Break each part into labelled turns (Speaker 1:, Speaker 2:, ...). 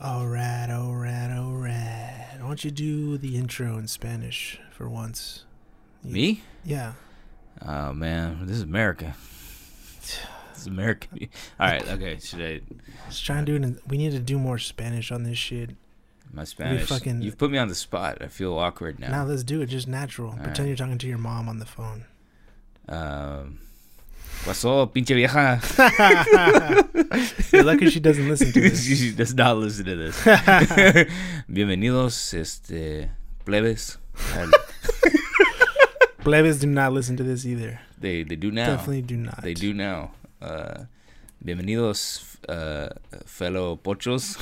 Speaker 1: All right, all right, all right. Why don't you do the intro in Spanish for once? You-
Speaker 2: Me?
Speaker 1: Yeah.
Speaker 2: Oh man, this is America. This is America. All right, okay. Should I?
Speaker 1: Let's try and do it. In, we need to do more Spanish on this shit.
Speaker 2: My Spanish.
Speaker 1: fucking-
Speaker 2: You've put me on the spot. I feel awkward
Speaker 1: Now
Speaker 2: now.
Speaker 1: let's do it just natural. Pretend
Speaker 2: right.
Speaker 1: you're talking to your mom on the phone.
Speaker 2: Um, what's up, pinche vieja?
Speaker 1: You're lucky she doesn't listen to this.
Speaker 2: she does not listen to this. Bienvenidos, este plebes. And
Speaker 1: Plebes do not listen to this either.
Speaker 2: they they do now.
Speaker 1: Definitely do not.
Speaker 2: They do now. Uh, bienvenidos, uh, fellow pochos.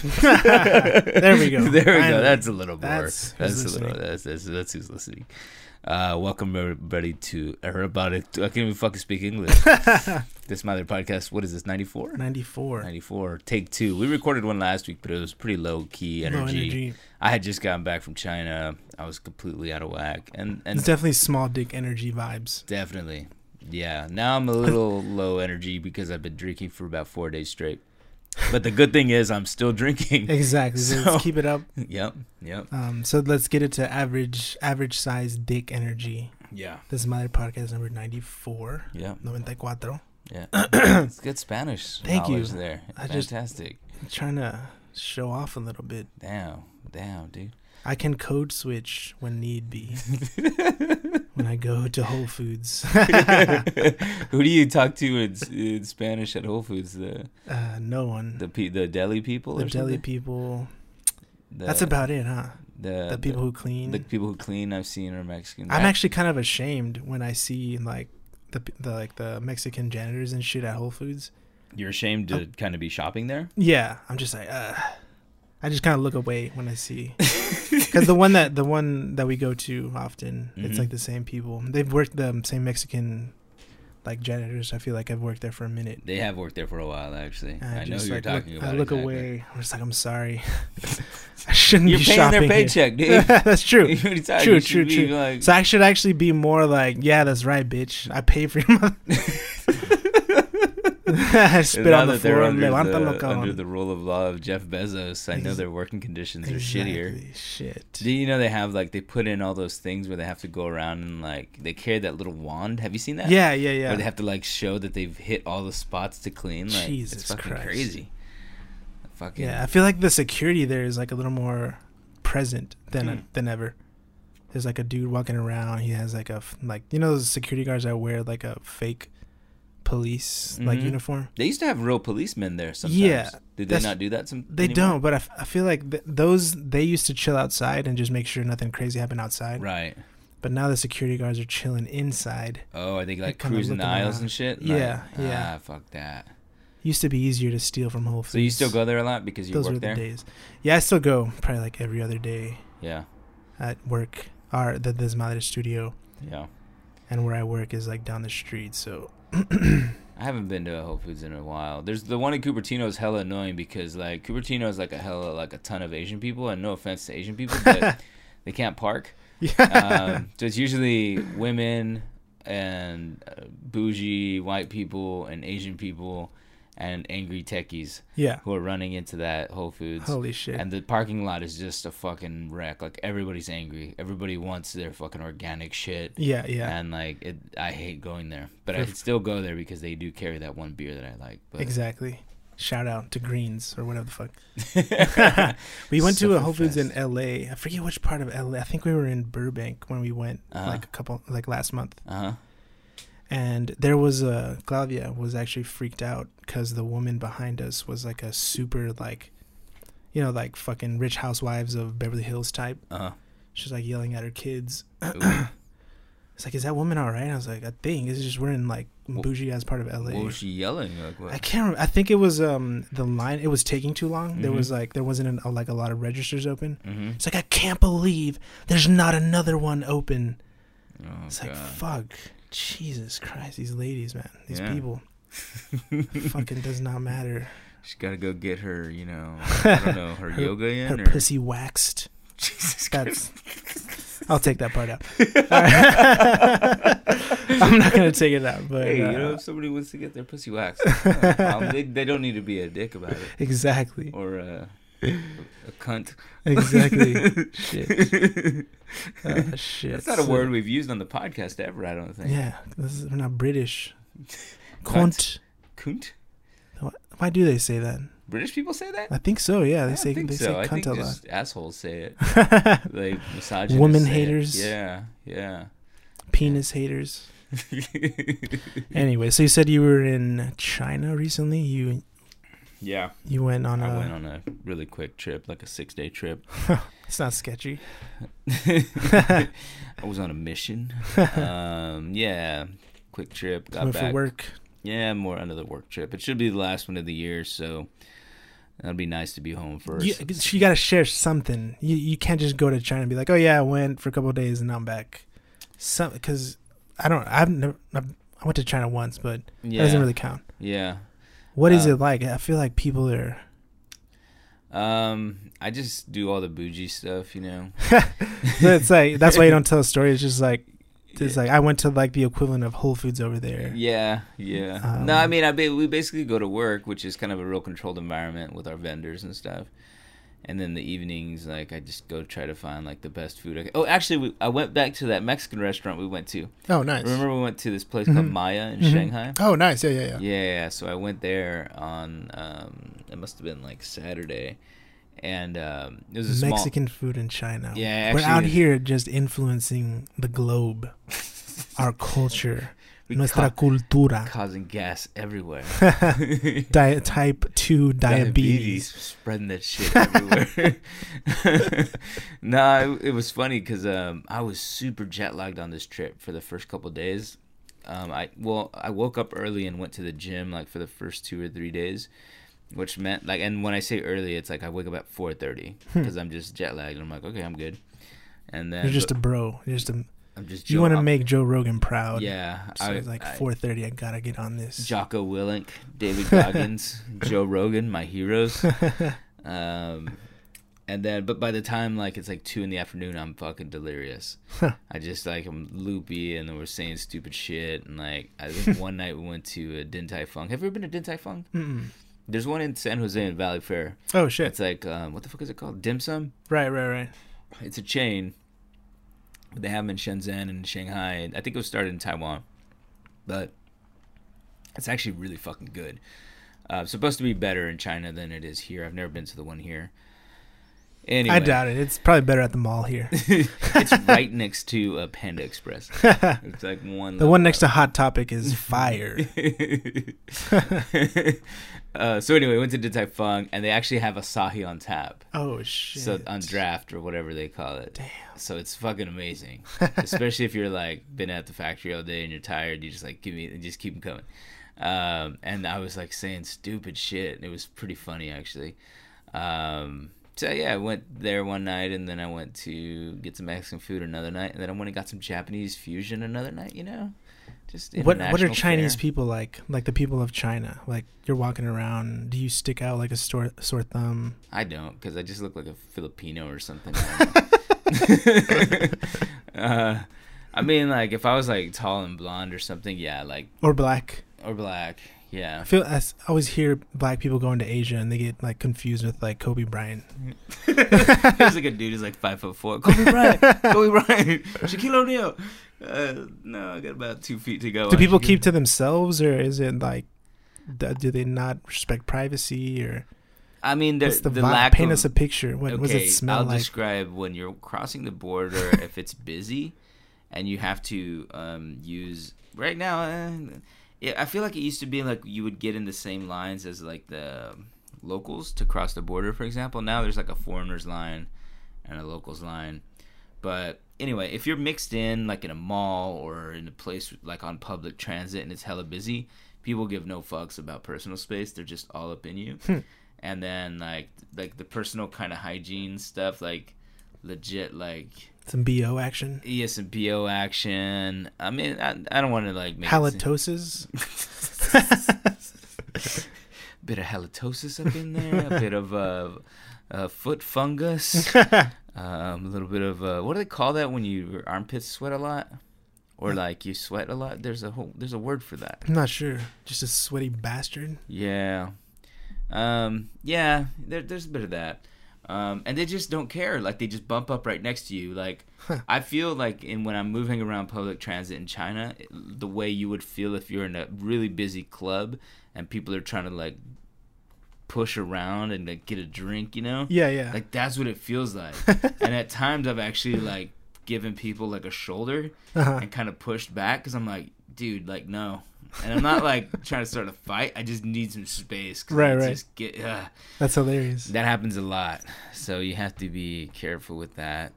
Speaker 1: there we go.
Speaker 2: there we go.
Speaker 1: Finally.
Speaker 2: That's a little more.
Speaker 1: That's
Speaker 2: That's,
Speaker 1: who's
Speaker 2: a little.
Speaker 1: listening.
Speaker 2: That's, that's, that's who's listening. Uh, welcome everybody to everybody. To, I can't even fucking speak English. this my other podcast. What is this? Ninety four.
Speaker 1: 94.
Speaker 2: 94 take two we recorded one last week but it was pretty low key
Speaker 1: Low
Speaker 2: energy.
Speaker 1: energy.
Speaker 2: i had just gotten back from china i was completely out of whack and and
Speaker 1: It's definitely small dick energy vibes.
Speaker 2: definitely yeah now i'm a little low energy because i've been drinking for about four days straight but the good thing is i'm still drinking
Speaker 1: Exactly. So
Speaker 2: So-
Speaker 1: let's keep it up.
Speaker 2: yep yep
Speaker 1: Um, so let's get it to average average size dick energy.
Speaker 2: yeah
Speaker 1: This is my other podcast number 94.
Speaker 2: yeah
Speaker 1: 94.
Speaker 2: Yeah, it's good Spanish.
Speaker 1: Thank you.
Speaker 2: knowledge There,
Speaker 1: I just-
Speaker 2: fantastic.
Speaker 1: I'm trying to show off a little bit.
Speaker 2: Damn, damn, dude.
Speaker 1: I can code switch when need be. when I go to Whole Foods.
Speaker 2: Who do you talk to in, in Spanish at Whole Foods? The
Speaker 1: uh, no one.
Speaker 2: the pe- the deli people.
Speaker 1: The
Speaker 2: or
Speaker 1: deli
Speaker 2: something?
Speaker 1: people.
Speaker 2: The,
Speaker 1: That's about it, huh?
Speaker 2: the,
Speaker 1: The people who clean.
Speaker 2: The people who clean. I've seen are Mexican.
Speaker 1: I'm
Speaker 2: I-
Speaker 1: actually kind of ashamed when I see like the, p- the like the Mexican janitors and shit at Whole Foods.
Speaker 2: You're ashamed to kind of be shopping there.
Speaker 1: Yeah, I'm just like, uh, I just kind of look away when I see, because the one that the one that we go to often, it's
Speaker 2: Mhm.
Speaker 1: like the same people. They've worked the same Mexican, like janitors. I feel like I've worked there for a minute.
Speaker 2: They have worked there for a while, actually.
Speaker 1: And
Speaker 2: I, know
Speaker 1: just,
Speaker 2: who you're
Speaker 1: like,
Speaker 2: talking
Speaker 1: look,
Speaker 2: about.
Speaker 1: I look
Speaker 2: exactly.
Speaker 1: away. I'm just like, I'm sorry. I shouldn't
Speaker 2: You're
Speaker 1: be
Speaker 2: paying
Speaker 1: shopping
Speaker 2: their
Speaker 1: here.
Speaker 2: paycheck, dude.
Speaker 1: That's true.
Speaker 2: You're tired.
Speaker 1: True,
Speaker 2: You should
Speaker 1: true,
Speaker 2: be,
Speaker 1: true.
Speaker 2: like-
Speaker 1: So I should actually be more like, yeah, that's right, bitch. I pay for your mother. I
Speaker 2: And
Speaker 1: spit
Speaker 2: now
Speaker 1: on the
Speaker 2: that they're
Speaker 1: floor.
Speaker 2: under
Speaker 1: Levántalo,
Speaker 2: the, under
Speaker 1: cabrón.
Speaker 2: the rule of law of Jeff Bezos. I know
Speaker 1: Ex-
Speaker 2: their working conditions are shittier.
Speaker 1: Exactly. Shit.
Speaker 2: Do you know they have like they put in all those things where they have to go around and like they carry that little wand? Have you seen that?
Speaker 1: Yeah, yeah, yeah.
Speaker 2: Where they have to like show that they've hit all the spots to clean. Like
Speaker 1: Jesus
Speaker 2: it's fucking
Speaker 1: Christ.
Speaker 2: crazy. Fucking
Speaker 1: Yeah, I feel like the security there is like a little more present than
Speaker 2: Hmm.
Speaker 1: than ever. There's like a dude walking around. He has like a f- like you know those security guards that wear like a fake police like
Speaker 2: Mhm.
Speaker 1: uniform.
Speaker 2: They used to have real policemen there sometimes.
Speaker 1: Yeah,
Speaker 2: Did they
Speaker 1: that's-
Speaker 2: not do that some
Speaker 1: They
Speaker 2: anymore?
Speaker 1: don't, but I, f- I feel like th- those they used to chill outside and just make sure nothing crazy happened outside.
Speaker 2: Right.
Speaker 1: But now the security guards are chilling inside.
Speaker 2: Oh, are they like
Speaker 1: kinda
Speaker 2: cruising the
Speaker 1: looking
Speaker 2: aisles
Speaker 1: around.
Speaker 2: and shit?
Speaker 1: Yeah,
Speaker 2: Like,
Speaker 1: yeah.
Speaker 2: Ah, fuck that.
Speaker 1: Used to be easier to steal from Whole Foods.
Speaker 2: So you still go there a lot because you
Speaker 1: Those were
Speaker 2: work
Speaker 1: the
Speaker 2: there?
Speaker 1: days. Yeah, I still go probably like every other day
Speaker 2: Yeah.
Speaker 1: at work. Our the Desmadre studio.
Speaker 2: Yeah.
Speaker 1: and where I work is like down the street. So
Speaker 2: I haven't been to a Whole Foods in a while. There's the one in Cupertino is hella annoying because like Cupertino is like a hella like a ton of Asian people, and no offense to Asian people, but they can't park. Um, so it's usually women and uh, bougie white people and Asian people and angry techies
Speaker 1: yeah,
Speaker 2: who are running into that Whole Foods.
Speaker 1: holy shit.
Speaker 2: And the parking lot is just a fucking wreck. Like everybody's angry. Everybody wants their fucking organic shit.
Speaker 1: yeah, yeah,
Speaker 2: And like it, I hate going there, but I
Speaker 1: Perf-
Speaker 2: could still go there because they do carry that one beer that I like. But
Speaker 1: exactly. Shout out to Greens or whatever the fuck.
Speaker 2: uh
Speaker 1: We went to a
Speaker 2: Sufferfest.
Speaker 1: Whole Foods in L.A. I forget which part of L.A. I think we were in Burbank when we went
Speaker 2: Uh-huh.
Speaker 1: like a couple like last month,
Speaker 2: huh.
Speaker 1: and there was a Clavia was actually freaked out because the woman behind us was like a super like, you know, like fucking rich housewives of Beverly Hills type.
Speaker 2: Uh
Speaker 1: She's like yelling at her kids.
Speaker 2: huh.
Speaker 1: It's like, is that woman all right? I was like, I think it's just we're in like
Speaker 2: Wh-
Speaker 1: bougie as part of L.A.
Speaker 2: What was she yelling? Like
Speaker 1: I
Speaker 2: what?
Speaker 1: can't remember. I think it was um the line. It was taking too long. There
Speaker 2: Mhm.
Speaker 1: was like there wasn't an, like a lot of registers open.
Speaker 2: Mm-hmm.
Speaker 1: It's like I can't believe there's not another one open.
Speaker 2: Oh,
Speaker 1: It's like
Speaker 2: God.
Speaker 1: fuck, Jesus Christ, these ladies, man, these
Speaker 2: Yeah.
Speaker 1: people. fucking does not matter.
Speaker 2: She's got to go get her, you know, I don't know, her,
Speaker 1: Her-
Speaker 2: yoga in.
Speaker 1: Her
Speaker 2: or...
Speaker 1: pussy waxed.
Speaker 2: Jesus
Speaker 1: That's. I'll take that part out. Alright. I'm not gonna take it out, but
Speaker 2: Hey, you
Speaker 1: uh,
Speaker 2: know, if somebody wants to get their pussy waxed, it's not a problem. they, they don't need to be a dick about it
Speaker 1: exactly.
Speaker 2: or uh, a cunt.
Speaker 1: Exactly. shit. Uh, shit.
Speaker 2: That's not a
Speaker 1: So-
Speaker 2: word we've used on the podcast ever. I don't think.
Speaker 1: Yeah, this is, we're not British. Cunt.
Speaker 2: Cunt. Cunt.
Speaker 1: Why do they say that?
Speaker 2: British people say that.
Speaker 1: I think so. Yeah, they
Speaker 2: Eh? I
Speaker 1: say
Speaker 2: think
Speaker 1: they
Speaker 2: so.
Speaker 1: say
Speaker 2: I
Speaker 1: cunt
Speaker 2: think
Speaker 1: a lot.
Speaker 2: just assholes say it. Like misogynists.
Speaker 1: Woman
Speaker 2: say it.
Speaker 1: haters.
Speaker 2: Yeah. Yeah.
Speaker 1: Penis haters. Anyway, so you said you were in China recently. You
Speaker 2: yeah.
Speaker 1: you went on a.
Speaker 2: I went on a really quick trip, like a six day trip.
Speaker 1: It's not sketchy.
Speaker 2: I was on a mission. Um, yeah. Quick trip. Got
Speaker 1: went
Speaker 2: back.
Speaker 1: for work.
Speaker 2: Yeah, more another work trip. It should be the last one of the year, so that'd be nice to be home first.
Speaker 1: You, 'cause you got to share something. You you can't just go to China and be like, oh yeah, I went for a couple of days and I'm back. Some because I don't. I've never. I've, I went to China once, but it
Speaker 2: yeah,
Speaker 1: doesn't really count.
Speaker 2: yeah.
Speaker 1: What is
Speaker 2: Uh,
Speaker 1: it like? I feel like people are.
Speaker 2: Um, I just do all the bougie stuff, you know.
Speaker 1: It's like that's why you don't tell a story. It's just like it's like I went to like the equivalent of Whole Foods over there.
Speaker 2: Yeah, yeah. no, I
Speaker 1: Um,
Speaker 2: mean, I ba- we basically go to work, which is kind of a real controlled environment with our vendors and stuff. And then the evenings, like, I just go try to find like the best food. I can. Oh, actually, we, I went back to that Mexican restaurant we went to.
Speaker 1: Oh, nice.
Speaker 2: Remember, we went to this place called
Speaker 1: Mhm.
Speaker 2: Maya in
Speaker 1: Mhm.
Speaker 2: Shanghai.
Speaker 1: Oh, nice. Yeah, yeah, yeah.
Speaker 2: Yeah, yeah. So I went there on um, it must have been like Saturday, and um, it was a
Speaker 1: Mexican food in China.
Speaker 2: Yeah,
Speaker 1: we're out
Speaker 2: actually-
Speaker 1: here just influencing the globe, our culture,
Speaker 2: small. we
Speaker 1: nuestra
Speaker 2: ca-
Speaker 1: cultura.
Speaker 2: causing gas everywhere.
Speaker 1: Di- type two diabetes.
Speaker 2: spreading that shit everywhere. nah, it, it was funny because um, I was super jet lagged on this trip for the first couple days. Um, I well, I woke up early and went to the gym like for the first two or three days, which meant like, and when I say early, it's like I wake up at four thirty because I'm just jet lagged. And I'm like, okay, I'm good. And then
Speaker 1: Hmm. You're just a
Speaker 2: but
Speaker 1: bro. You're just a.
Speaker 2: I'm just
Speaker 1: You want to
Speaker 2: Joe-
Speaker 1: make Joe Rogan proud.
Speaker 2: yeah.
Speaker 1: So it's like 4:30. I gotta get on this.
Speaker 2: Jocko Willink, David Goggins, Joe Rogan, my heroes. Um, and then, but by the time like it's like two in the afternoon, I'm fucking delirious. I just like I'm loopy, and then we're saying stupid shit. And like I think one night we went to a Din Tai Fung. Have you ever been to Din Tai Fung?
Speaker 1: Mm-mm.
Speaker 2: There's one in San Jose and Valley Fair.
Speaker 1: Oh shit!
Speaker 2: It's like um, what the fuck is it called? Dim sum.
Speaker 1: Right, right, right.
Speaker 2: It's a chain. They have them in Shenzhen and Shanghai. and I think it was started in Taiwan, but it's actually really fucking good. Uh, it's supposed to be better in China than it is here. I've never been to the one here. Anyway,
Speaker 1: I doubt it. It's probably better at the mall here.
Speaker 2: it's right next to uh, Panda Express. It's like one.
Speaker 1: The one next to Hot Topic is fire.
Speaker 2: uh, so anyway, we went to Din Tai Fung, and they actually have Asahi on tap.
Speaker 1: Oh shit!
Speaker 2: So on draft or whatever they call it.
Speaker 1: Damn.
Speaker 2: So it's fucking amazing, especially if you're like been at the factory all day and you're tired. You just like give me and just keep them coming. Um, and I was like saying stupid shit, and it was pretty funny actually. Um, so yeah, I went there one night, and then I went to get some Mexican food another night, and then I went and got some Japanese fusion another night. You know, just
Speaker 1: what what are
Speaker 2: international
Speaker 1: Chinese
Speaker 2: fare.
Speaker 1: people like? Like the people of China? Like you're walking around, do you stick out like a sore sore thumb?
Speaker 2: I don't, because I just look like a Filipino or something. I don't know. uh, I mean, like if I was like tall and blonde or something, yeah, like
Speaker 1: Or black?
Speaker 2: or black, yeah.
Speaker 1: I feel I s- I always hear black people going to Asia and they get like confused with like Kobe Bryant.
Speaker 2: There's like a dude who's like five foot four. Kobe Bryant, Kobe Bryant, Shaquille O'Neal. Uh, no, I got about two feet to go.
Speaker 1: do
Speaker 2: on
Speaker 1: people
Speaker 2: Shaquille.
Speaker 1: keep to themselves or is it like th- do they not respect privacy or
Speaker 2: I mean, the,
Speaker 1: what's the,
Speaker 2: the,
Speaker 1: vibe?
Speaker 2: lack
Speaker 1: Paint
Speaker 2: of
Speaker 1: us a picture. What what does it smell
Speaker 2: I'll
Speaker 1: like?
Speaker 2: describe when you're crossing the border if it's busy and you have to um, use right now. Uh, yeah, I feel like it used to be like you would get in the same lines as like the locals to cross the border, for example. Now there's like a foreigners line and a locals line. But anyway, if you're mixed in like in a mall or in a place like on public transit and it's hella busy, people give no fucks about personal space. They're just all up in you. And then like like the personal kind of hygiene stuff, like legit like E
Speaker 1: Some BO action.
Speaker 2: ESMPO action. I mean, I, I don't want to like make it
Speaker 1: Halitosis.
Speaker 2: seem- bit of halitosis up in there, a bit of uh, uh, foot fungus. Um, a little bit of uh, what do they call that when your armpits sweat a lot, or like you sweat a lot? There's a whole there's a word for that.
Speaker 1: I'm not sure. Just a sweaty bastard.
Speaker 2: Yeah, Um, yeah, there, there's a bit of that. Um, and they just don't care. Like they just bump up right next to you. Like I feel like in when I'm moving around public transit in China, it- the way you would feel if you're in a really busy club and people are trying to like push around and like get a drink, you know?
Speaker 1: Yeah, yeah.
Speaker 2: Like that's what it feels like. and at times I've actually like given people like a shoulder
Speaker 1: Uh-huh.
Speaker 2: and kind of pushed back because I'm like, dude, like no. And I'm not like trying to start a fight. I just need some space. 'cause
Speaker 1: Right,
Speaker 2: I
Speaker 1: right.
Speaker 2: Just get. Uh,
Speaker 1: That's hilarious.
Speaker 2: that happens a lot, so you have to be careful with that.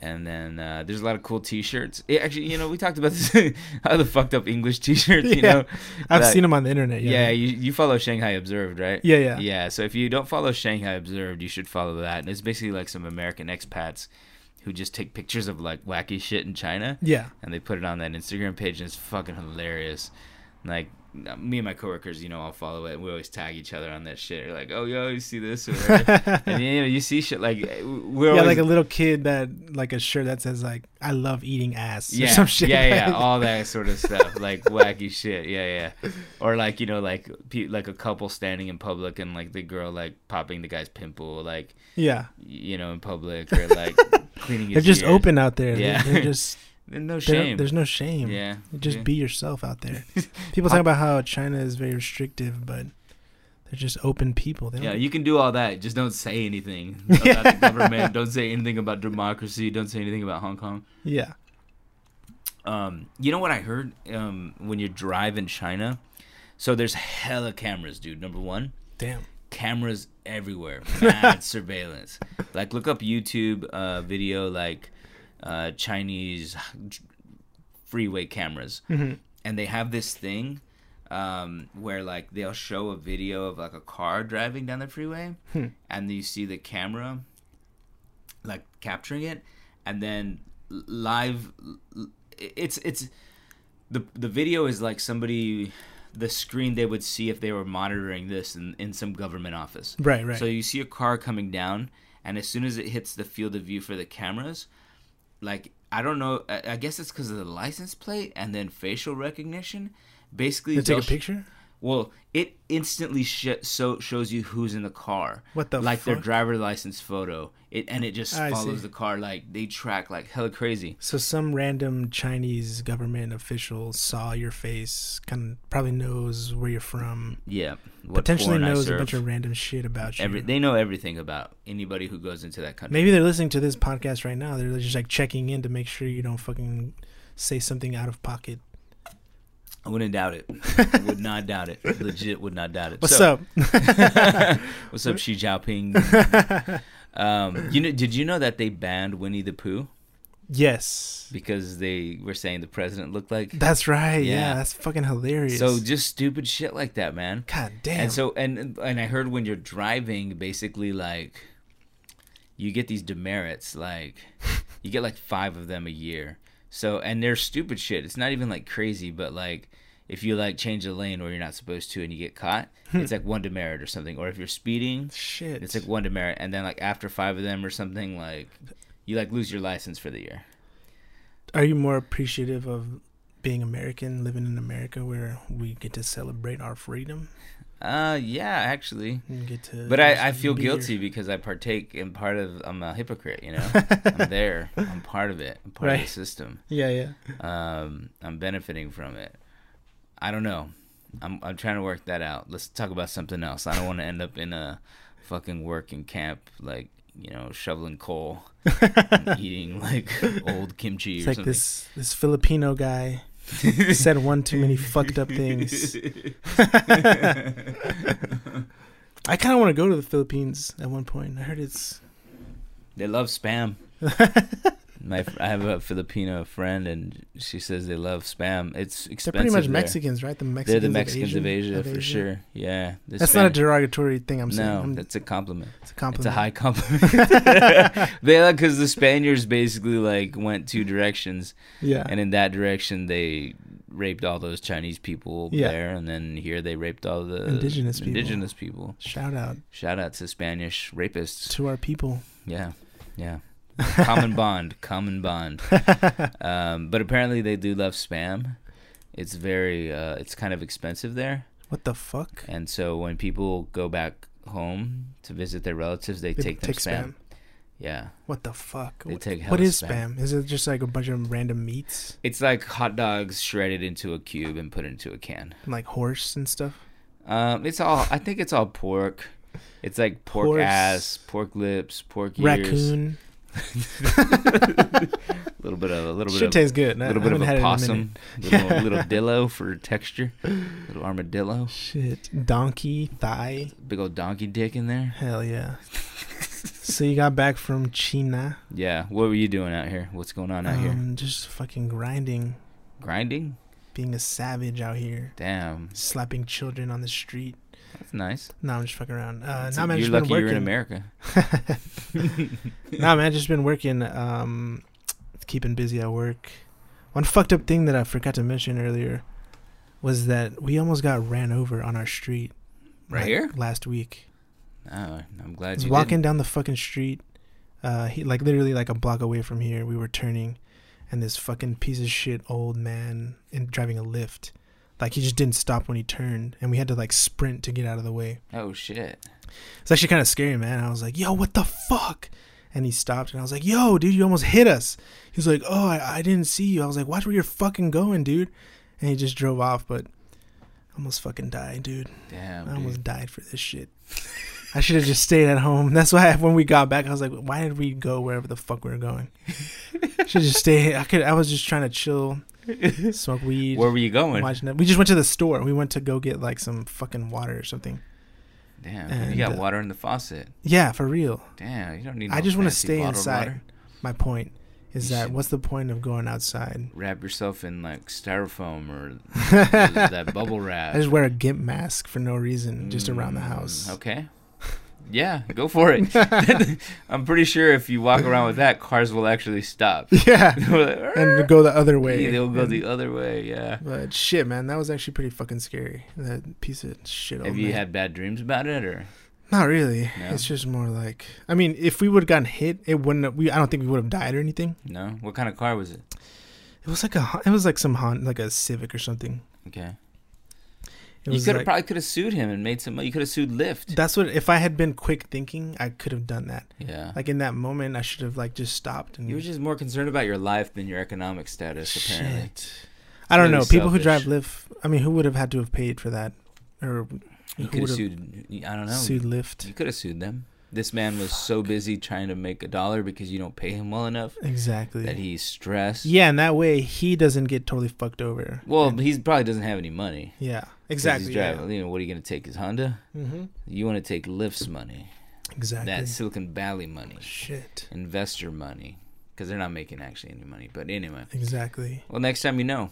Speaker 2: And then uh, there's a lot of cool T-shirts. Yeah, actually, you know, we talked about this other fucked up English T-shirts. You
Speaker 1: Yeah.
Speaker 2: know,
Speaker 1: I've
Speaker 2: Like-
Speaker 1: seen them on the internet.
Speaker 2: yeah,
Speaker 1: Yeah,
Speaker 2: you, you follow Shanghai Observed, right?
Speaker 1: yeah, yeah.
Speaker 2: Yeah, so if you don't follow Shanghai Observed, you should follow that. And it's basically like some American expats who just take pictures of like wacky shit in China
Speaker 1: Yeah.
Speaker 2: and they put it on that Instagram page and it's fucking hilarious. Like me and my coworkers, you know, I'll follow it. and We always tag each other on that shit. We're like, oh yo, you see this? Or whatever. and you know, you see shit like eh, we're
Speaker 1: Yeah,
Speaker 2: always,
Speaker 1: like a little kid that like a shirt that says like "I love eating ass" or
Speaker 2: yeah,
Speaker 1: some shit.
Speaker 2: yeah, yeah,
Speaker 1: like-
Speaker 2: all that sort of stuff, like wacky shit. Yeah, yeah. Or like you know, like pe- like a couple standing in public and like the girl like popping the guy's pimple, like
Speaker 1: yeah.
Speaker 2: you know, in public or like cleaning
Speaker 1: They're
Speaker 2: his.
Speaker 1: just
Speaker 2: ears.
Speaker 1: open out there. They're-
Speaker 2: Yeah.
Speaker 1: They're, just
Speaker 2: No
Speaker 1: they're-
Speaker 2: shame.
Speaker 1: there's no shame.
Speaker 2: yeah.
Speaker 1: You Just
Speaker 2: yeah.
Speaker 1: be yourself out there. People talk about how China is very restrictive, but they're just open people. They
Speaker 2: Yeah,
Speaker 1: don't-
Speaker 2: you can do all that. Just don't say anything
Speaker 1: Yeah.
Speaker 2: about the government. Don't say anything about democracy. Don't say anything about Hong Kong.
Speaker 1: yeah.
Speaker 2: Um, you know what I heard um, when you drive in China? So there's hella cameras, dude. Number one,
Speaker 1: Damn.
Speaker 2: cameras everywhere. Mad surveillance. Like, look up YouTube uh, video, like uh, Chinese freeway cameras. And they have this thing um, where, like, they'll show a video of, like, a car driving down the freeway. And you see the camera, like, capturing it. And then l- live. l- l- It's, it's, the the video is like somebody the screen they would see if they were monitoring this in, in some government office.
Speaker 1: Right, right.
Speaker 2: So you see a car coming down and as soon as it hits the field of view for the cameras, like I don't know, I, I guess it's cuz of the license plate and then facial recognition. Basically
Speaker 1: They take
Speaker 2: they'll
Speaker 1: a
Speaker 2: sh-
Speaker 1: picture.
Speaker 2: well, it instantly sh- so shows you who's in the car.
Speaker 1: What the
Speaker 2: like their
Speaker 1: fuck?
Speaker 2: driver license photo. It and it just
Speaker 1: I
Speaker 2: follows
Speaker 1: see.
Speaker 2: the car like they track like hella crazy.
Speaker 1: So some random Chinese government official saw your face, kind of probably knows where you're from,
Speaker 2: Yeah. What
Speaker 1: potentially
Speaker 2: foreign I
Speaker 1: knows a
Speaker 2: serve.
Speaker 1: bunch of random shit about you.
Speaker 2: Every, they know everything about anybody who goes into that country.
Speaker 1: Maybe they're listening to this podcast right now. They're just like checking in to make sure you don't fucking say something out of pocket.
Speaker 2: I wouldn't doubt it. would not doubt it. Legit would not doubt it.
Speaker 1: What's
Speaker 2: So-
Speaker 1: up?
Speaker 2: What's up, Xi Jinping? um, you know, did you know that they banned Winnie the Pooh
Speaker 1: Yes.
Speaker 2: because they were saying the president looked like?
Speaker 1: That's right. Yeah,
Speaker 2: Yeah.
Speaker 1: that's fucking hilarious.
Speaker 2: So just stupid shit like that, man.
Speaker 1: God damn.
Speaker 2: And so and and I heard when you're driving, basically like you get these demerits, like you get like five of them a year. So and they're stupid shit. It's not even like crazy, but like if you like change a lane where you're not supposed to and you get caught, it's like one demerit or something. Or if you're speeding,
Speaker 1: shit.
Speaker 2: it's like one demerit, and then like after five of them or something, like you like lose your license for the year.
Speaker 1: Are you more appreciative of being American, living in America, where we get to celebrate our freedom
Speaker 2: Uh, yeah, actually.
Speaker 1: and get to?
Speaker 2: But I, I feel
Speaker 1: be here?
Speaker 2: guilty because I partake in part of. I'm a hypocrite, you know. I'm there. I'm part of it. I'm part of
Speaker 1: Right.
Speaker 2: the system.
Speaker 1: Yeah, yeah.
Speaker 2: Um, I'm benefiting from it. I don't know. I'm I'm trying to work that out. Let's talk about something else. I don't want to end up in a fucking working camp, like you know, shoveling coal, and eating like old kimchi
Speaker 1: It's
Speaker 2: or
Speaker 1: like
Speaker 2: something.
Speaker 1: this this Filipino guy said one too many fucked up things. I kind of want to go to the Philippines at one point. I heard it's
Speaker 2: They love spam. My I have a Filipino friend, and she says they love spam. It's
Speaker 1: they're
Speaker 2: expensive.
Speaker 1: pretty much
Speaker 2: there.
Speaker 1: Mexicans, right? The Mexicans
Speaker 2: They're the Mexicans of Asia,
Speaker 1: of
Speaker 2: for sure. Yeah, The
Speaker 1: That's not a
Speaker 2: Spani-
Speaker 1: derogatory thing. I'm saying.
Speaker 2: no,
Speaker 1: I'm-
Speaker 2: that's a compliment.
Speaker 1: it's a compliment.
Speaker 2: It's a high compliment. they like because the Spaniards basically like went two directions,
Speaker 1: Yeah.
Speaker 2: and in that direction they raped all those Chinese people
Speaker 1: Yeah.
Speaker 2: there, and then here they raped all the
Speaker 1: Indigenous people.
Speaker 2: indigenous people.
Speaker 1: Shout out
Speaker 2: Shout out to Spanish rapists.
Speaker 1: to our people.
Speaker 2: Yeah, yeah. Common bond, common bond. Um, but apparently they do love spam. It's very, uh, it's kind of expensive there.
Speaker 1: What the fuck?
Speaker 2: And so when people go back home to visit their relatives, they, take them spam. Yeah,
Speaker 1: What the fuck?
Speaker 2: They
Speaker 1: Wh-
Speaker 2: take
Speaker 1: what
Speaker 2: hella
Speaker 1: is
Speaker 2: spam.
Speaker 1: spam? Is it just like a bunch of random meats,
Speaker 2: it's like hot dogs shredded into a cube and put into a can.
Speaker 1: like horse and stuff?
Speaker 2: Um, it's all I think it's all pork. It's like pork
Speaker 1: Horse.
Speaker 2: ass, pork lips, pork ears,
Speaker 1: Raccoon.
Speaker 2: a little bit of a little
Speaker 1: Shit
Speaker 2: bit of
Speaker 1: tastes good.
Speaker 2: a
Speaker 1: I
Speaker 2: little bit of
Speaker 1: haven't had it
Speaker 2: a
Speaker 1: in minute.
Speaker 2: possum, little, little dillo for texture, little armadillo,
Speaker 1: Shit, donkey thigh.
Speaker 2: big old donkey dick in there.
Speaker 1: Hell yeah. so you got back from China.
Speaker 2: Yeah, what were you doing out here? What's going on out here?
Speaker 1: Um, just fucking grinding,
Speaker 2: Grinding?
Speaker 1: being a savage out here,
Speaker 2: Damn,
Speaker 1: slapping children on the street.
Speaker 2: that's nice.
Speaker 1: No, I'm just fucking around. Uh,
Speaker 2: That's-
Speaker 1: nah, man,
Speaker 2: you're
Speaker 1: just
Speaker 2: lucky
Speaker 1: been working.
Speaker 2: you're in America.
Speaker 1: nah, man, just been working. Um, keeping busy at work. One fucked up thing that I forgot to mention earlier was that we almost got ran over on our street.
Speaker 2: Right
Speaker 1: like,
Speaker 2: here?
Speaker 1: Last week.
Speaker 2: Oh, I'm glad
Speaker 1: was
Speaker 2: you
Speaker 1: walking
Speaker 2: didn't.
Speaker 1: down the fucking street. Uh, he like literally like a block away from here. We were turning, and this fucking piece of shit old man in driving a lift, like he just didn't stop when he turned, and we had to like sprint to get out of the way.
Speaker 2: Oh shit!
Speaker 1: It's actually kind of scary, man. I was like, "Yo, what the fuck?" And he stopped, and I was like, "Yo, dude, you almost hit us." He's like, "Oh, I, I didn't see you." I was like, "Watch where you're fucking going, dude." And he just drove off, but I almost fucking died, dude.
Speaker 2: Damn,
Speaker 1: I
Speaker 2: dude.
Speaker 1: almost died for this shit. I should have just stayed at home. That's why when we got back, I was like, "Why did we go wherever the fuck we were going?" should just stay. I could. I was just trying to chill, smoke weed,
Speaker 2: Where were you going?
Speaker 1: watch. Net- we just went to the store. We went to go get like some fucking water or something.
Speaker 2: Damn,
Speaker 1: and,
Speaker 2: you got
Speaker 1: uh,
Speaker 2: water in the faucet.
Speaker 1: Yeah, for real.
Speaker 2: Damn, you don't need.
Speaker 1: I
Speaker 2: no
Speaker 1: just want to
Speaker 2: fancy
Speaker 1: stay
Speaker 2: bottled
Speaker 1: inside.
Speaker 2: water.
Speaker 1: My point is
Speaker 2: You
Speaker 1: that
Speaker 2: should-
Speaker 1: what's the point of going outside?
Speaker 2: Wrap yourself in like styrofoam or that that bubble wrap.
Speaker 1: I just wear a gimp mask for no reason, just around the
Speaker 2: Mm,
Speaker 1: house.
Speaker 2: Okay. Yeah, go for it. I'm pretty sure if you walk around with that, cars will actually stop.
Speaker 1: Yeah,
Speaker 2: They'll be like,
Speaker 1: and go the other way.
Speaker 2: "Yeah, They'll go the other way. Yeah.
Speaker 1: But shit, man, that was actually pretty fucking scary. That piece of shit.
Speaker 2: Have
Speaker 1: old
Speaker 2: you
Speaker 1: Oh, man.
Speaker 2: had bad dreams about it or?
Speaker 1: Not really.
Speaker 2: No?
Speaker 1: It's just more like I mean, if we would have gotten hit, it wouldn't. Have, we I don't think we would have died or anything.
Speaker 2: No. What kind of car was it?
Speaker 1: It was like a Hon- it was like some Hon, like a Civic or something.
Speaker 2: Okay.
Speaker 1: It
Speaker 2: you
Speaker 1: was
Speaker 2: could have
Speaker 1: like-
Speaker 2: probably could have sued him and made some. You could have sued Lyft.
Speaker 1: That's what if I had been quick thinking, I could have done that.
Speaker 2: yeah.
Speaker 1: Like in that moment, I should have like just stopped and
Speaker 2: you were just more concerned about your life than your economic status, apparently.
Speaker 1: Shit. I don't
Speaker 2: Very
Speaker 1: know. People who drive
Speaker 2: selfish.
Speaker 1: Lyft, I mean, who would have had to have paid for that, or
Speaker 2: You
Speaker 1: who
Speaker 2: could have
Speaker 1: would have
Speaker 2: sued. I don't know.
Speaker 1: sued Lyft?
Speaker 2: You could have sued them. This man was so busy trying to make a dollar because you don't pay him well enough
Speaker 1: Exactly.
Speaker 2: that he's stressed.
Speaker 1: Yeah, and that way he doesn't get totally fucked over.
Speaker 2: Well,
Speaker 1: And-
Speaker 2: he probably doesn't have any money. 'cause
Speaker 1: yeah,
Speaker 2: he's
Speaker 1: exactly.
Speaker 2: driving. You know, what are you going to take? His Honda?
Speaker 1: hmm
Speaker 2: You want to take Lyft's money,
Speaker 1: Exactly.
Speaker 2: that Silicon Valley money,
Speaker 1: Shit.
Speaker 2: investor money, because they're not making actually any money. But anyway,
Speaker 1: Exactly.
Speaker 2: well, next time you know.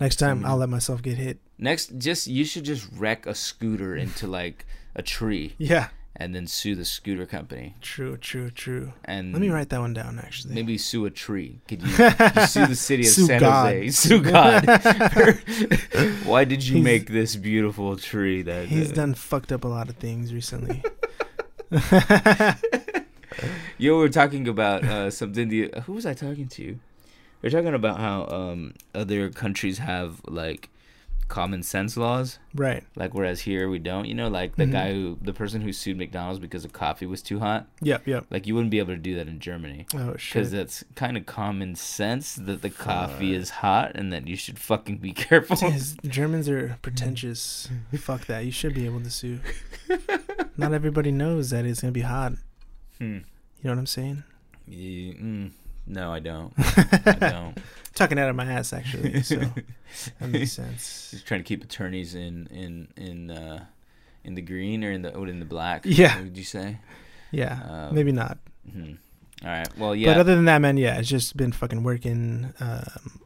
Speaker 1: Next time,
Speaker 2: Mhm.
Speaker 1: I'll let myself get hit.
Speaker 2: Next, just you should just wreck a scooter into like a tree
Speaker 1: Yeah.
Speaker 2: and then sue the scooter company.
Speaker 1: True. True. True.
Speaker 2: And
Speaker 1: Let me write that one down. Actually.
Speaker 2: Mm. Maybe sue a tree. Could you, you sue the city of
Speaker 1: Sue
Speaker 2: San
Speaker 1: God.
Speaker 2: Jose? Sue God. Why did you
Speaker 1: He's-
Speaker 2: make this beautiful tree? That uh,
Speaker 1: He's
Speaker 2: that-
Speaker 1: done fucked up a lot of things recently.
Speaker 2: Yo, we were talking about uh, something. The who was I talking to? We are talking about how um, other countries have like common sense laws,
Speaker 1: right.
Speaker 2: like whereas here we don't. You know, like the
Speaker 1: Mhm.
Speaker 2: guy who the person who sued McDonald's because the coffee was too hot.
Speaker 1: Yep. Yep.
Speaker 2: Like you wouldn't be able to do that in Germany.
Speaker 1: Oh
Speaker 2: Because
Speaker 1: shit.
Speaker 2: that's kind of common sense that the coffee is hot and that you should fucking be careful.
Speaker 1: Yes, Germans are pretentious. Fuck that. You should be able to sue. Not everybody knows that it's gonna be hot.
Speaker 2: Hmm.
Speaker 1: You know what I'm saying?
Speaker 2: Ye- mm, no, I don't. I don't.
Speaker 1: Tucking out of my ass actually. So that makes sense.
Speaker 2: Just trying to keep attorneys in in in uh, in the green or in the oh, in the black.
Speaker 1: Yeah.
Speaker 2: What would you say?
Speaker 1: Yeah.
Speaker 2: Um,
Speaker 1: maybe not.
Speaker 2: Hmm. All right. Well, yeah.
Speaker 1: But other than that, man, yeah, it's just been fucking working, um,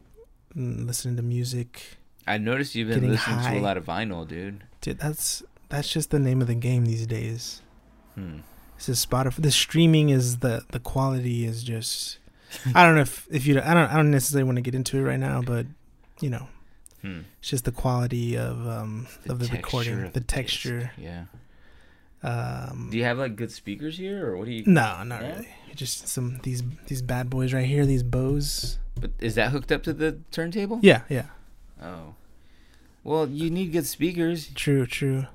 Speaker 1: mm, listening to music.
Speaker 2: I noticed you've been
Speaker 1: getting
Speaker 2: listening to
Speaker 1: high.
Speaker 2: a lot of vinyl, dude.
Speaker 1: Dude, that's that's just the name of the game these days.
Speaker 2: Hmm.
Speaker 1: This is Spotify. The streaming is the the quality is just. I don't know if if you I don't I don't necessarily want to get into it right now, but you know,
Speaker 2: Hmm.
Speaker 1: it's just the quality of um of the
Speaker 2: texture
Speaker 1: recording,
Speaker 2: of
Speaker 1: the
Speaker 2: disc,
Speaker 1: texture.
Speaker 2: Yeah.
Speaker 1: Um,
Speaker 2: Do you have like good speakers here, or what do you?
Speaker 1: no, not
Speaker 2: No?
Speaker 1: really. Just some these these bad boys right here. These bows.
Speaker 2: But is that hooked up to the turntable?
Speaker 1: Yeah, yeah.
Speaker 2: Oh. Well, you need good speakers.
Speaker 1: True, true.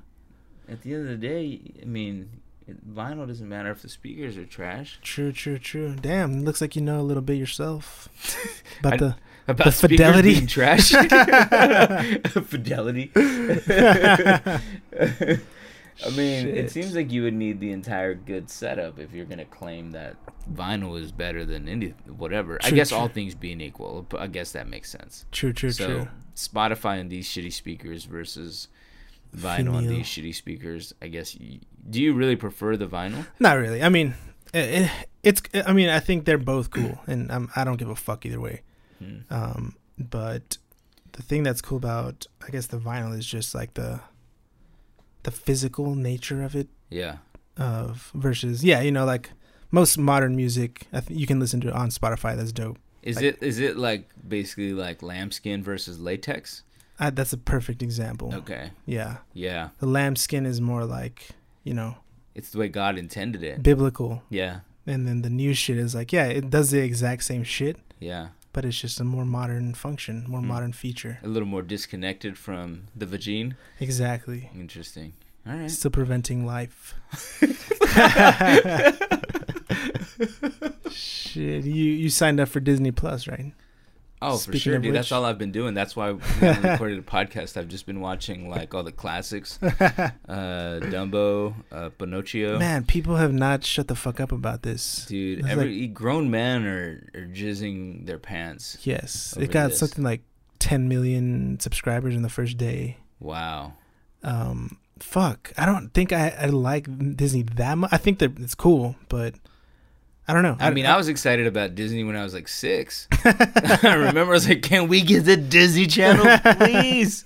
Speaker 2: At the end of the day, I mean, it- vinyl doesn't matter if the speakers are trash.
Speaker 1: True, true, true. Damn, it looks like you know a little bit yourself. But
Speaker 2: I-
Speaker 1: the
Speaker 2: About
Speaker 1: The
Speaker 2: speakers
Speaker 1: fidelity.
Speaker 2: being trash. fidelity. I mean,
Speaker 1: Shit.
Speaker 2: it seems like you would need the entire good setup if you're gonna claim that vinyl is better than indie, whatever. I
Speaker 1: True,
Speaker 2: guess
Speaker 1: true.
Speaker 2: all things being equal, but I guess that makes sense.
Speaker 1: true, true,
Speaker 2: so
Speaker 1: true.
Speaker 2: Spotify and these shitty speakers versus vinyl
Speaker 1: Vinyl.
Speaker 2: and these shitty speakers. I guess. You, do you really prefer the vinyl?
Speaker 1: Not really. I mean, it, it, it's. I mean, I think they're both cool, and I'm, I don't give a fuck either way.
Speaker 2: Hmm.
Speaker 1: Um, but the thing that's cool about, I guess, the vinyl is just like the the physical nature of it.
Speaker 2: Yeah.
Speaker 1: Of versus, yeah, you know, like most modern music, I th- you can listen to it on Spotify. That's dope.
Speaker 2: Is
Speaker 1: Like-
Speaker 2: it is it like basically like lambskin versus latex?
Speaker 1: I, that's a perfect example.
Speaker 2: Okay.
Speaker 1: Yeah,
Speaker 2: Yeah.
Speaker 1: the lambskin is more like you know
Speaker 2: It's the way God intended it.
Speaker 1: biblical,
Speaker 2: Yeah.
Speaker 1: and then the new shit is like, yeah, it does the exact same shit,
Speaker 2: Yeah.
Speaker 1: but it's just a more modern function, more
Speaker 2: Hmm.
Speaker 1: modern feature.
Speaker 2: A little more disconnected from the vagine.
Speaker 1: Exactly.
Speaker 2: Interesting. All right.
Speaker 1: Still preventing life. Shit, you you signed up for Disney Plus, right?
Speaker 2: Oh, for
Speaker 1: Speaking
Speaker 2: sure,
Speaker 1: of
Speaker 2: dude. That's
Speaker 1: which-
Speaker 2: all I've been doing. That's why when I recorded a podcast, I've just been watching like all the classics, uh, Dumbo, uh, Pinocchio.
Speaker 1: Man, people have not shut the fuck up about this.
Speaker 2: Dude,
Speaker 1: That's
Speaker 2: every grown men are, are jizzing their pants.
Speaker 1: Yes,
Speaker 2: Over
Speaker 1: it got
Speaker 2: this.
Speaker 1: something like 10 million subscribers in the first day.
Speaker 2: Wow.
Speaker 1: Um, fuck, I don't think I, I like Disney that much. I think that it's cool, but I don't know.
Speaker 2: I mean, I was excited about Disney when I was like six. I remember I was like, "Can we get the Disney Channel, please,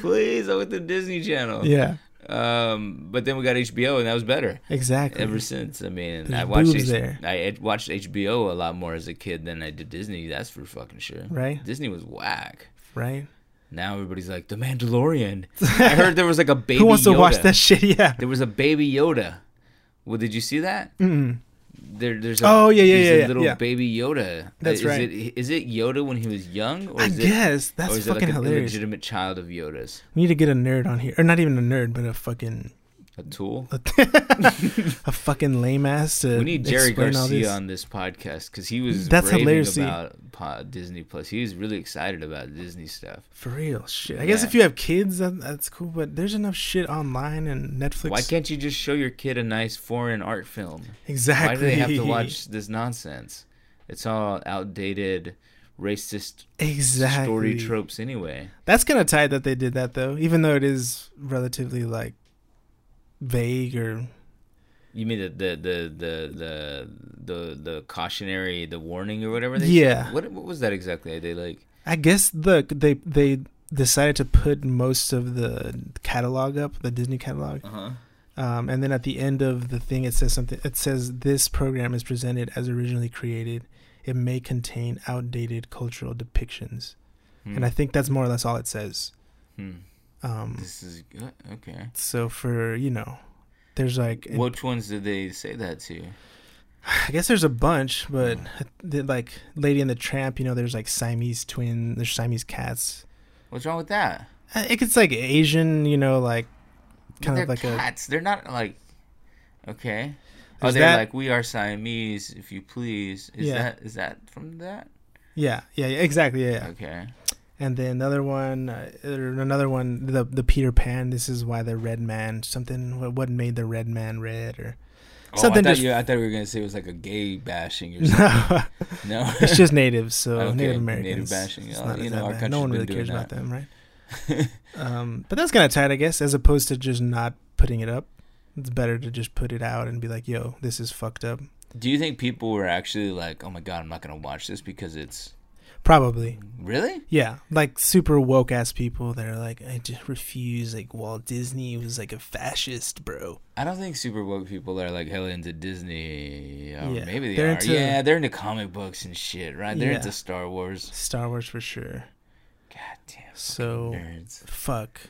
Speaker 2: please? I want the Disney Channel."
Speaker 1: yeah,
Speaker 2: Um, but then we got HBO, and that was better.
Speaker 1: exactly.
Speaker 2: Ever since, I mean,
Speaker 1: There's
Speaker 2: I watched
Speaker 1: boobs
Speaker 2: H-
Speaker 1: there.
Speaker 2: I ed- watched HBO a lot more as a kid than I did Disney. That's for fucking sure.
Speaker 1: right,
Speaker 2: Disney was whack.
Speaker 1: right.
Speaker 2: Now everybody's like, "The Mandalorian." I heard there was like a baby.
Speaker 1: Who wants to watch
Speaker 2: Yoda.
Speaker 1: that shit? Yeah.
Speaker 2: There was a baby Yoda. Well, did you see that?
Speaker 1: Mm.
Speaker 2: There, there's a,
Speaker 1: Oh, yeah, yeah,
Speaker 2: there's
Speaker 1: yeah,
Speaker 2: a
Speaker 1: yeah,
Speaker 2: little
Speaker 1: yeah.
Speaker 2: baby Yoda.
Speaker 1: That's
Speaker 2: is
Speaker 1: right.
Speaker 2: It, is it Yoda when he was young, or
Speaker 1: I
Speaker 2: is it,
Speaker 1: guess
Speaker 2: or
Speaker 1: that's
Speaker 2: is
Speaker 1: fucking
Speaker 2: it like an
Speaker 1: hilarious.
Speaker 2: illegitimate child of Yoda's?
Speaker 1: We need to get a nerd on here, or not even a nerd, but a fucking
Speaker 2: A tool.
Speaker 1: a fucking lame ass. To
Speaker 2: We need Jerry
Speaker 1: explain all
Speaker 2: Garcia
Speaker 1: this.
Speaker 2: on this podcast because he was
Speaker 1: That's
Speaker 2: that's
Speaker 1: hilarious.
Speaker 2: raving about po- Disney Plus. He was really excited about Disney stuff.
Speaker 1: for real. Shit. I guess
Speaker 2: Yeah.
Speaker 1: if you have kids, that, that's cool. But there's enough shit online and Netflix.
Speaker 2: Why can't you just show your kid a nice foreign art film?
Speaker 1: exactly?
Speaker 2: Why do they have to watch this nonsense? It's all outdated, racist
Speaker 1: exactly
Speaker 2: story tropes anyway.
Speaker 1: That's kind of tight that they did that though, even though it is relatively like vague or
Speaker 2: You mean the the the the the the, the cautionary, the warning or whatever? They
Speaker 1: Yeah.
Speaker 2: said? What what was that exactly? They like
Speaker 1: I guess the they they decided to put most of the catalog up, the Disney catalog.
Speaker 2: uh huh.
Speaker 1: Um, and then at the end of the thing, it says something. It says this program is presented as originally created. It may contain outdated cultural depictions,
Speaker 2: Hmm.
Speaker 1: and I think that's more or less all it says. Um,
Speaker 2: This is good. Okay.
Speaker 1: so for you know, there's like it-
Speaker 2: Which ones did they say that to?
Speaker 1: I guess there's a bunch, but the, like Lady and the Tramp, you know, there's like Siamese twin, there's Siamese cats.
Speaker 2: What's wrong with that?
Speaker 1: I think it's like Asian, you know, like kind
Speaker 2: they're
Speaker 1: of like a
Speaker 2: cats. They're not like. Okay. Oh,
Speaker 1: There's
Speaker 2: they're
Speaker 1: that-
Speaker 2: like we are Siamese, if you please. Is
Speaker 1: Yeah.
Speaker 2: that is that from that?
Speaker 1: yeah, yeah, yeah exactly, yeah, yeah.
Speaker 2: Okay.
Speaker 1: And then another one, uh, or another one, the the Peter Pan. This is why the red man something. What, what made the red man red? Or
Speaker 2: Oh,
Speaker 1: Something
Speaker 2: I thought
Speaker 1: just-
Speaker 2: you. I thought we were gonna say it was like a gay bashing or something.
Speaker 1: no,
Speaker 2: no.
Speaker 1: it's just natives. So
Speaker 2: Okay,
Speaker 1: Native
Speaker 2: Native
Speaker 1: Americans.
Speaker 2: bashing,
Speaker 1: It's
Speaker 2: uh,
Speaker 1: not
Speaker 2: you
Speaker 1: as
Speaker 2: know,
Speaker 1: that
Speaker 2: our
Speaker 1: bad.
Speaker 2: country's
Speaker 1: No one
Speaker 2: been
Speaker 1: really
Speaker 2: doing
Speaker 1: cares
Speaker 2: that.
Speaker 1: about them, right? um, but that's kind of tight, I guess, as opposed to just not putting it up. It's better to just put it out and be like, "Yo, this is fucked up."
Speaker 2: Do you think people were actually like, "Oh my god, I'm not gonna watch this because it's
Speaker 1: Probably,
Speaker 2: really"?
Speaker 1: yeah. Like super woke ass people that are like, "I just refuse." Like Walt Disney was like a fascist, bro.
Speaker 2: I don't think super woke people are like hella into Disney. Or
Speaker 1: Yeah,
Speaker 2: maybe they
Speaker 1: they're
Speaker 2: are.
Speaker 1: into-
Speaker 2: yeah, they're into comic books and shit, right? They're
Speaker 1: Yeah.
Speaker 2: into Star Wars.
Speaker 1: Star Wars for sure.
Speaker 2: God damn
Speaker 1: So
Speaker 2: nerds.
Speaker 1: fuck.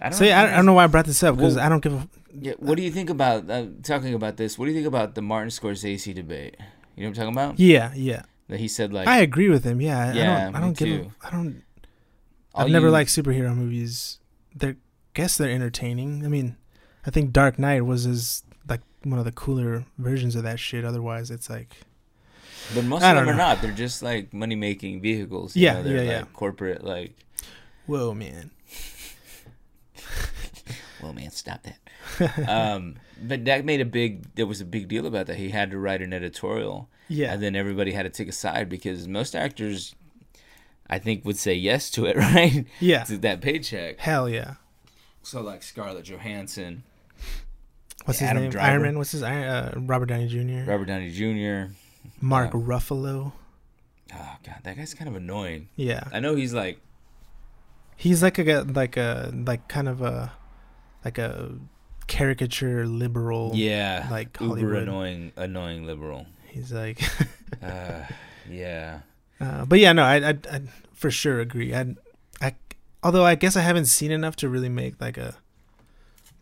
Speaker 2: I
Speaker 1: So yeah, I, I don't know why I brought this up because
Speaker 2: Well-
Speaker 1: I don't give a.
Speaker 2: Yeah, what do you think about uh, talking about this? What do you think about the Martin Scorsese debate? You know what I'm talking about?
Speaker 1: Yeah, yeah,
Speaker 2: That he said like
Speaker 1: I agree with him. Yeah, I-
Speaker 2: Yeah,
Speaker 1: I don't. I
Speaker 2: me
Speaker 1: don't give.
Speaker 2: too.
Speaker 1: A, I don't. I've never liked superhero movies. They are guess they're entertaining. I mean, I think Dark Knight was his like one of the cooler versions of that shit. Otherwise, it's like
Speaker 2: But most
Speaker 1: I
Speaker 2: of them
Speaker 1: don't
Speaker 2: are
Speaker 1: know.
Speaker 2: not. They're just like money making vehicles. You
Speaker 1: Yeah,
Speaker 2: know? They're
Speaker 1: yeah, yeah.
Speaker 2: like corporate. Like,
Speaker 1: whoa, man.
Speaker 2: well, man, stop that. um, but Dak made a big. There was a big deal about that. He had to write an editorial,
Speaker 1: Yeah,
Speaker 2: and then everybody had to take a side because most actors, I think, would say yes to it, right?
Speaker 1: yeah,
Speaker 2: to that paycheck.
Speaker 1: hell yeah.
Speaker 2: So like Scarlett Johansson,
Speaker 1: What's his
Speaker 2: Adam
Speaker 1: name?
Speaker 2: Driver.
Speaker 1: Iron Man. What's his iron- uh, Robert Downey Jr.
Speaker 2: Robert Downey Jr.
Speaker 1: Mark Ruffalo.
Speaker 2: Oh god, that guy's kind of annoying.
Speaker 1: Yeah,
Speaker 2: I know he's like
Speaker 1: he's like a g- like a like kind of a like a caricature liberal.
Speaker 2: yeah,
Speaker 1: like
Speaker 2: uber
Speaker 1: Hollywood.
Speaker 2: annoying, annoying liberal.
Speaker 1: he's like.
Speaker 2: Uh, yeah,
Speaker 1: Uh, but yeah, no, I, I, I for sure agree. I, I, although I guess I haven't seen enough to really make like a,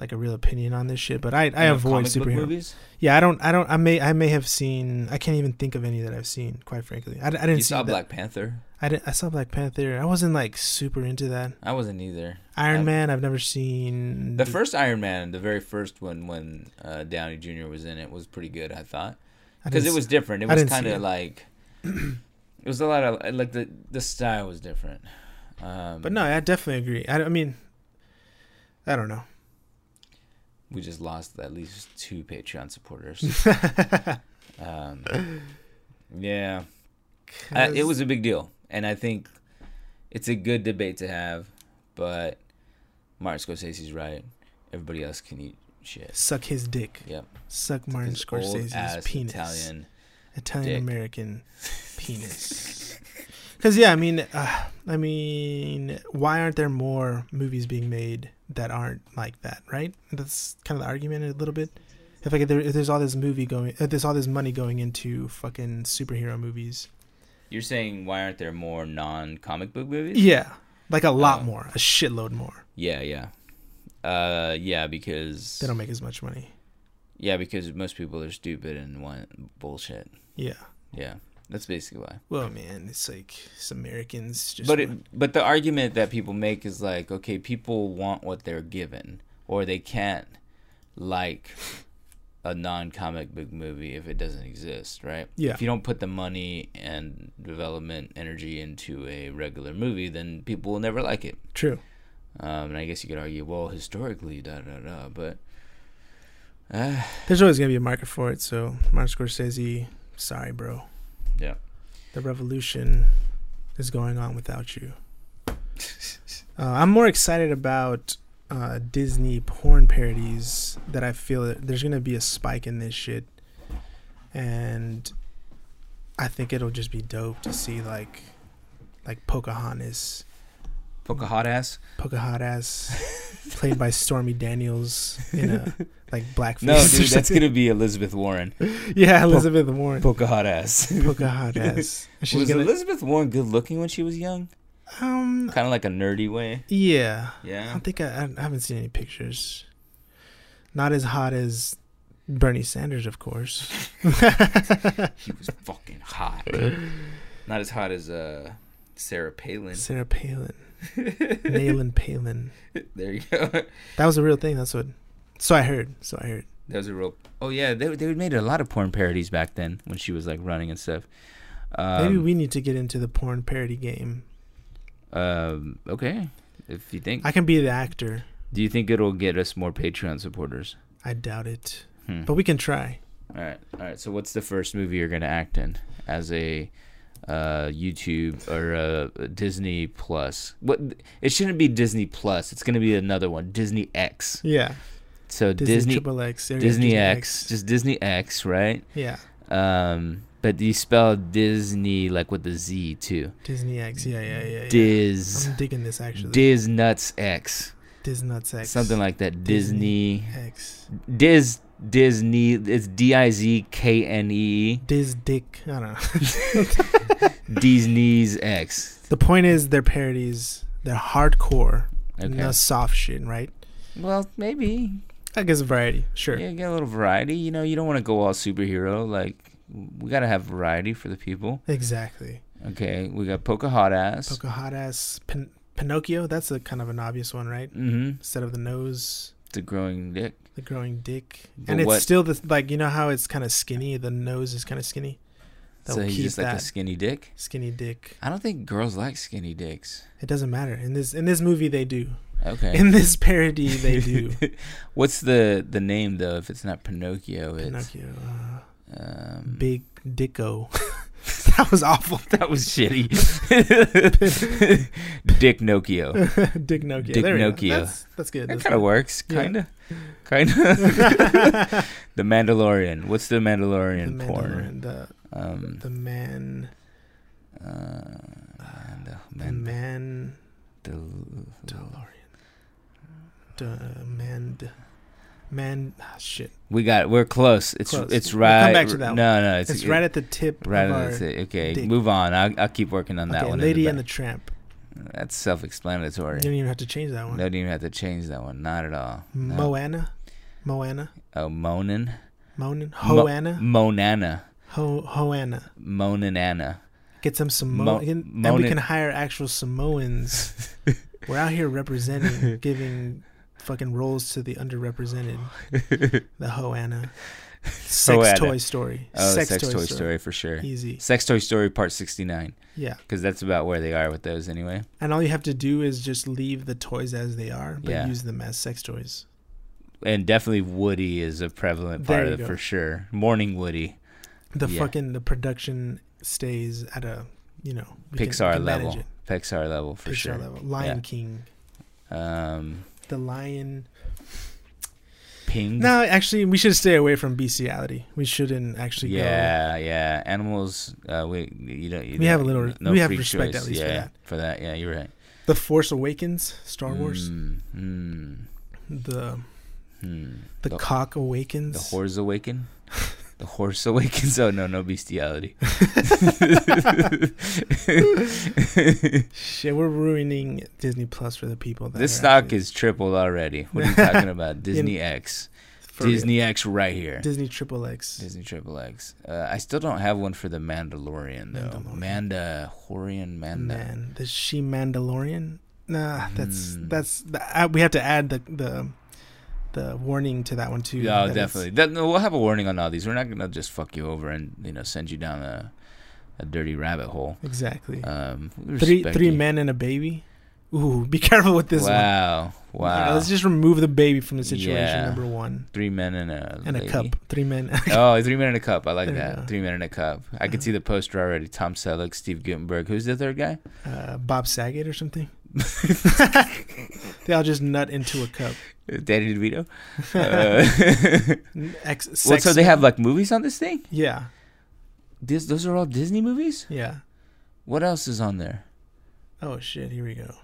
Speaker 1: like a real opinion on this shit. But I, I
Speaker 2: You know,
Speaker 1: avoid
Speaker 2: comic book
Speaker 1: superhero.
Speaker 2: movies.
Speaker 1: Yeah, I don't, I don't, I may, I may have seen. I can't even think of any that I've seen. Quite frankly, I, I didn't
Speaker 2: You
Speaker 1: see
Speaker 2: saw
Speaker 1: that.
Speaker 2: Black Panther.
Speaker 1: I didn't. I saw Black Panther. I wasn't like super into that.
Speaker 2: I wasn't either.
Speaker 1: Iron
Speaker 2: I-
Speaker 1: Man. I've never seen.
Speaker 2: The first Iron Man, the very first one when uh, Downey Jr. was in it, was pretty good. I thought
Speaker 1: I
Speaker 2: because
Speaker 1: didn't
Speaker 2: it was different. It
Speaker 1: I
Speaker 2: was
Speaker 1: didn't see
Speaker 2: kind
Speaker 1: it.
Speaker 2: of like it was a lot of like the the style was different. Um,
Speaker 1: But no, I definitely agree. I, I mean, I don't know.
Speaker 2: we just lost at least two Patreon supporters. um, yeah, I, Uh, it was a big deal, and I think it's a good debate to have. But Martin Scorsese's right. Everybody else can eat shit.
Speaker 1: suck his dick.
Speaker 2: Yep.
Speaker 1: Suck Martin
Speaker 2: His old
Speaker 1: Scorsese's
Speaker 2: ass
Speaker 1: penis.
Speaker 2: Italian.
Speaker 1: Italian American penis. Because yeah, I mean, uh, I mean, why aren't there more movies being made that aren't like that? Right? That's kind of the argument a little bit. If like if, there, if there's all this movie going, if there's all this money going into fucking superhero movies.
Speaker 2: You're saying why aren't there more non-comic book movies?
Speaker 1: Yeah, like a lot
Speaker 2: Uh,
Speaker 1: more, a shitload more.
Speaker 2: Yeah, yeah. Uh, yeah, because
Speaker 1: They don't make as much money.
Speaker 2: yeah, because most people are stupid and want bullshit.
Speaker 1: Yeah.
Speaker 2: Yeah, that's basically why.
Speaker 1: Well, man, it's like it's Americans just.
Speaker 2: But it, but the argument that people make is like, okay, people want what they're given, or they can't like a non-comic book movie if it doesn't exist, right?
Speaker 1: Yeah.
Speaker 2: If you don't put the money and development energy into a regular movie, then people will never like it.
Speaker 1: true.
Speaker 2: Um, and I guess you could argue, well, historically, da da da, but uh,
Speaker 1: There's always gonna be a market for it. So Martin Scorsese, sorry, bro.
Speaker 2: yeah.
Speaker 1: the revolution is going on without you. Uh, I'm more excited about uh, Disney porn parodies that I feel that there's going to be a spike in this shit. And I think it'll just be dope to see like like Pocahontas,
Speaker 2: Poke a hot ass.
Speaker 1: Pocahontas played by Stormy Daniels in a like blackface.
Speaker 2: No,
Speaker 1: or
Speaker 2: dude, that's
Speaker 1: something.
Speaker 2: gonna be Elizabeth Warren.
Speaker 1: yeah, Elizabeth Warren,
Speaker 2: Poke a hot ass.
Speaker 1: Pocahontas. She's
Speaker 2: was
Speaker 1: gonna-
Speaker 2: Elizabeth Warren good looking when she was young?
Speaker 1: um,
Speaker 2: Kind of like a nerdy way.
Speaker 1: yeah. I
Speaker 2: Yeah.
Speaker 1: don't think I, I haven't seen any pictures. Not as hot as Bernie Sanders, of course.
Speaker 2: He was fucking hot. Not as hot as uh Sarah Palin.
Speaker 1: Sarah Palin, Nayland Palin.
Speaker 2: There you go. That
Speaker 1: That was a real thing. That's what. So I heard. So I heard.
Speaker 2: was a real. Oh yeah, they they made a lot of porn parodies back then when she was like running and stuff. Um,
Speaker 1: Maybe we need to get into the porn parody game.
Speaker 2: Um, okay, if you think.
Speaker 1: I can be the actor.
Speaker 2: Do you think it'll get us more Patreon supporters?
Speaker 1: I doubt it,
Speaker 2: Hmm.
Speaker 1: but we can try.
Speaker 2: All right, all right. So, what's the first movie you're gonna act in as a uh, YouTube or a Disney Plus? What? It shouldn't be Disney Plus. It's gonna be another one, Disney X.
Speaker 1: Yeah.
Speaker 2: So
Speaker 1: Disney,
Speaker 2: Disney Disney,
Speaker 1: Triple X. there you go,
Speaker 2: X, just Disney X, right?
Speaker 1: Yeah.
Speaker 2: Um, but you spell Disney like with the Z too.
Speaker 1: Disney X. Yeah, yeah, yeah. yeah.
Speaker 2: Diz,
Speaker 1: I'm digging this actually.
Speaker 2: Diz Nuts X,
Speaker 1: Diz nuts X.
Speaker 2: something like that.
Speaker 1: Disney.
Speaker 2: Disney,
Speaker 1: X.
Speaker 2: Diz, Disney. It's D I Z K N E.
Speaker 1: Diz Dick. I don't know.
Speaker 2: Disney's X.
Speaker 1: The point is, they're parodies. They're hardcore,
Speaker 2: Okay.
Speaker 1: no soft shit, right?
Speaker 2: Well, maybe.
Speaker 1: I guess variety, sure.
Speaker 2: Yeah, get a little variety. You know, you don't want to go all superhero. Like, we got to have variety for the people.
Speaker 1: Exactly.
Speaker 2: Okay, we got Poke Hot Ass.
Speaker 1: Poca hot ass, pen, Pinocchio. That's a kind of an obvious one, right?
Speaker 2: Mm-hmm.
Speaker 1: Instead of the nose,
Speaker 2: It's a growing dick.
Speaker 1: the growing dick,
Speaker 2: But
Speaker 1: and it's
Speaker 2: what-
Speaker 1: still the like you know how it's kind of skinny. The nose is kind of skinny. They'll
Speaker 2: so he's
Speaker 1: keep
Speaker 2: just like a
Speaker 1: that.
Speaker 2: skinny dick.
Speaker 1: Skinny dick.
Speaker 2: I don't think girls like skinny dicks.
Speaker 1: It doesn't matter in this in this movie they do.
Speaker 2: Okay.
Speaker 1: In this parody they do.
Speaker 2: What's the the name though? If it's not Pinocchio, it's
Speaker 1: Pinocchio, uh,
Speaker 2: um,
Speaker 1: big dicko. that was awful.
Speaker 2: That was shitty. Dick Nokio.
Speaker 1: Dick Nokia.
Speaker 2: Dick
Speaker 1: there we go.
Speaker 2: Nokia.
Speaker 1: That's, that's good.
Speaker 2: That
Speaker 1: That's
Speaker 2: kind of works,
Speaker 1: Yeah.
Speaker 2: kinda, kinda. the Mandalorian. What's the
Speaker 1: good.
Speaker 2: Mandalorian
Speaker 1: the
Speaker 2: porn?
Speaker 1: Mandalorian, the
Speaker 2: Um,
Speaker 1: the man,
Speaker 2: uh, Manda-
Speaker 1: the
Speaker 2: Mand-
Speaker 1: man,
Speaker 2: the-
Speaker 1: the man, man. Ah, shit.
Speaker 2: we got. We're close. It's
Speaker 1: Close.
Speaker 2: it's
Speaker 1: We'll
Speaker 2: right.
Speaker 1: come back to that one.
Speaker 2: No, no, it's,
Speaker 1: It's, right at the tip.
Speaker 2: right
Speaker 1: of
Speaker 2: at
Speaker 1: our,
Speaker 2: the- Okay,
Speaker 1: dick.
Speaker 2: move on. I'll, I'll keep working on that
Speaker 1: okay,
Speaker 2: one. in
Speaker 1: Lady
Speaker 2: the
Speaker 1: and the
Speaker 2: back.
Speaker 1: Tramp.
Speaker 2: That's self-explanatory.
Speaker 1: You don't even have to change that one.
Speaker 2: Don't even have to change that one. Not at all. No.
Speaker 1: Moana, Moana,
Speaker 2: Oh, Monin.
Speaker 1: Moanin,
Speaker 2: Mo-
Speaker 1: Hoana,
Speaker 2: Monana.
Speaker 1: Ho Hoana.
Speaker 2: Monanana.
Speaker 1: Get some
Speaker 2: Mo-
Speaker 1: Samoan, and we
Speaker 2: Moanin-
Speaker 1: can hire actual Samoans. We're out here representing, giving fucking roles to the underrepresented. The Hoana, Sex
Speaker 2: Hoana.
Speaker 1: Toy Story,
Speaker 2: Oh, Sex, Toy, Story. for sure.
Speaker 1: easy,
Speaker 2: Sex Toy Story Part 69.
Speaker 1: yeah.
Speaker 2: Because that's about where they are with those anyway.
Speaker 1: And all you have to do is just leave the toys as they are, but
Speaker 2: Yeah.
Speaker 1: use them as sex toys.
Speaker 2: And definitely Woody is a prevalent
Speaker 1: There
Speaker 2: part
Speaker 1: you
Speaker 2: of it
Speaker 1: go.
Speaker 2: for sure. Morning Woody.
Speaker 1: The
Speaker 2: Yeah.
Speaker 1: fucking the production stays at a you know we can- we
Speaker 2: Pixar
Speaker 1: can manage
Speaker 2: level.
Speaker 1: it.
Speaker 2: Pixar level for
Speaker 1: Pixar
Speaker 2: sure.
Speaker 1: level. Lion
Speaker 2: Yeah.
Speaker 1: King,
Speaker 2: Um,
Speaker 1: the Lion.
Speaker 2: Ping.
Speaker 1: No, actually, we should stay away from bestiality. We shouldn't actually.
Speaker 2: yeah, yeah. Animals. Uh, we you don't. You
Speaker 1: We have a
Speaker 2: don't-
Speaker 1: little- we have
Speaker 2: free
Speaker 1: respect at least for
Speaker 2: yeah,
Speaker 1: that.
Speaker 2: For that, yeah, you're right.
Speaker 1: go. The Force Awakens, Star Wars.
Speaker 2: Mm, mm,
Speaker 1: The
Speaker 2: mm.
Speaker 1: the,
Speaker 2: The-
Speaker 1: cock awakens.
Speaker 2: The horse awaken. the horse awakens. Oh no, no bestiality.
Speaker 1: Shit, we're ruining Disney Plus for the people. That
Speaker 2: this
Speaker 1: are
Speaker 2: stock
Speaker 1: actually-
Speaker 2: is tripled already. What are you talking about? Disney X.
Speaker 1: for real.
Speaker 2: Disney X right here.
Speaker 1: Disney Triple X.
Speaker 2: Disney Triple X. Uh, I still don't have one for the Mandalorian though.
Speaker 1: Mandalorian.
Speaker 2: Manda Horian Manda.
Speaker 1: Man, the she Mandalorian. Nah, that's
Speaker 2: Mm.
Speaker 1: that's. The, I, we have to add the the the warning to that one too.
Speaker 2: Oh,
Speaker 1: that it's-
Speaker 2: definitely. That, no, we'll have a warning on all these. We're not gonna just fuck you over and you know send you down a, a dirty rabbit hole.
Speaker 1: Exactly.
Speaker 2: Um, we
Speaker 1: three
Speaker 2: respect
Speaker 1: three
Speaker 2: you.
Speaker 1: men and a baby. Ooh, be careful with this one.
Speaker 2: Wow,
Speaker 1: Yeah,
Speaker 2: wow.
Speaker 1: let's just remove the baby from the situation.
Speaker 2: Yeah.
Speaker 1: Number one,
Speaker 2: three men and a
Speaker 1: and
Speaker 2: lady.
Speaker 1: a cup, three men.
Speaker 2: oh, three men in a cup. I like
Speaker 1: There you
Speaker 2: that.
Speaker 1: go.
Speaker 2: Three men in a cup. I could see the poster already. Tom Selleck, Steve Gutenberg. Who's the third guy?
Speaker 1: uh, Bob Saget or something. they all just nut into a cup.
Speaker 2: Danny DeVito. Uh,
Speaker 1: N- Ex- sex
Speaker 2: well, so they have like movies on this thing.
Speaker 1: yeah,
Speaker 2: This, those are all Disney movies.
Speaker 1: yeah.
Speaker 2: What else is on there?
Speaker 1: Oh shit! Here we go.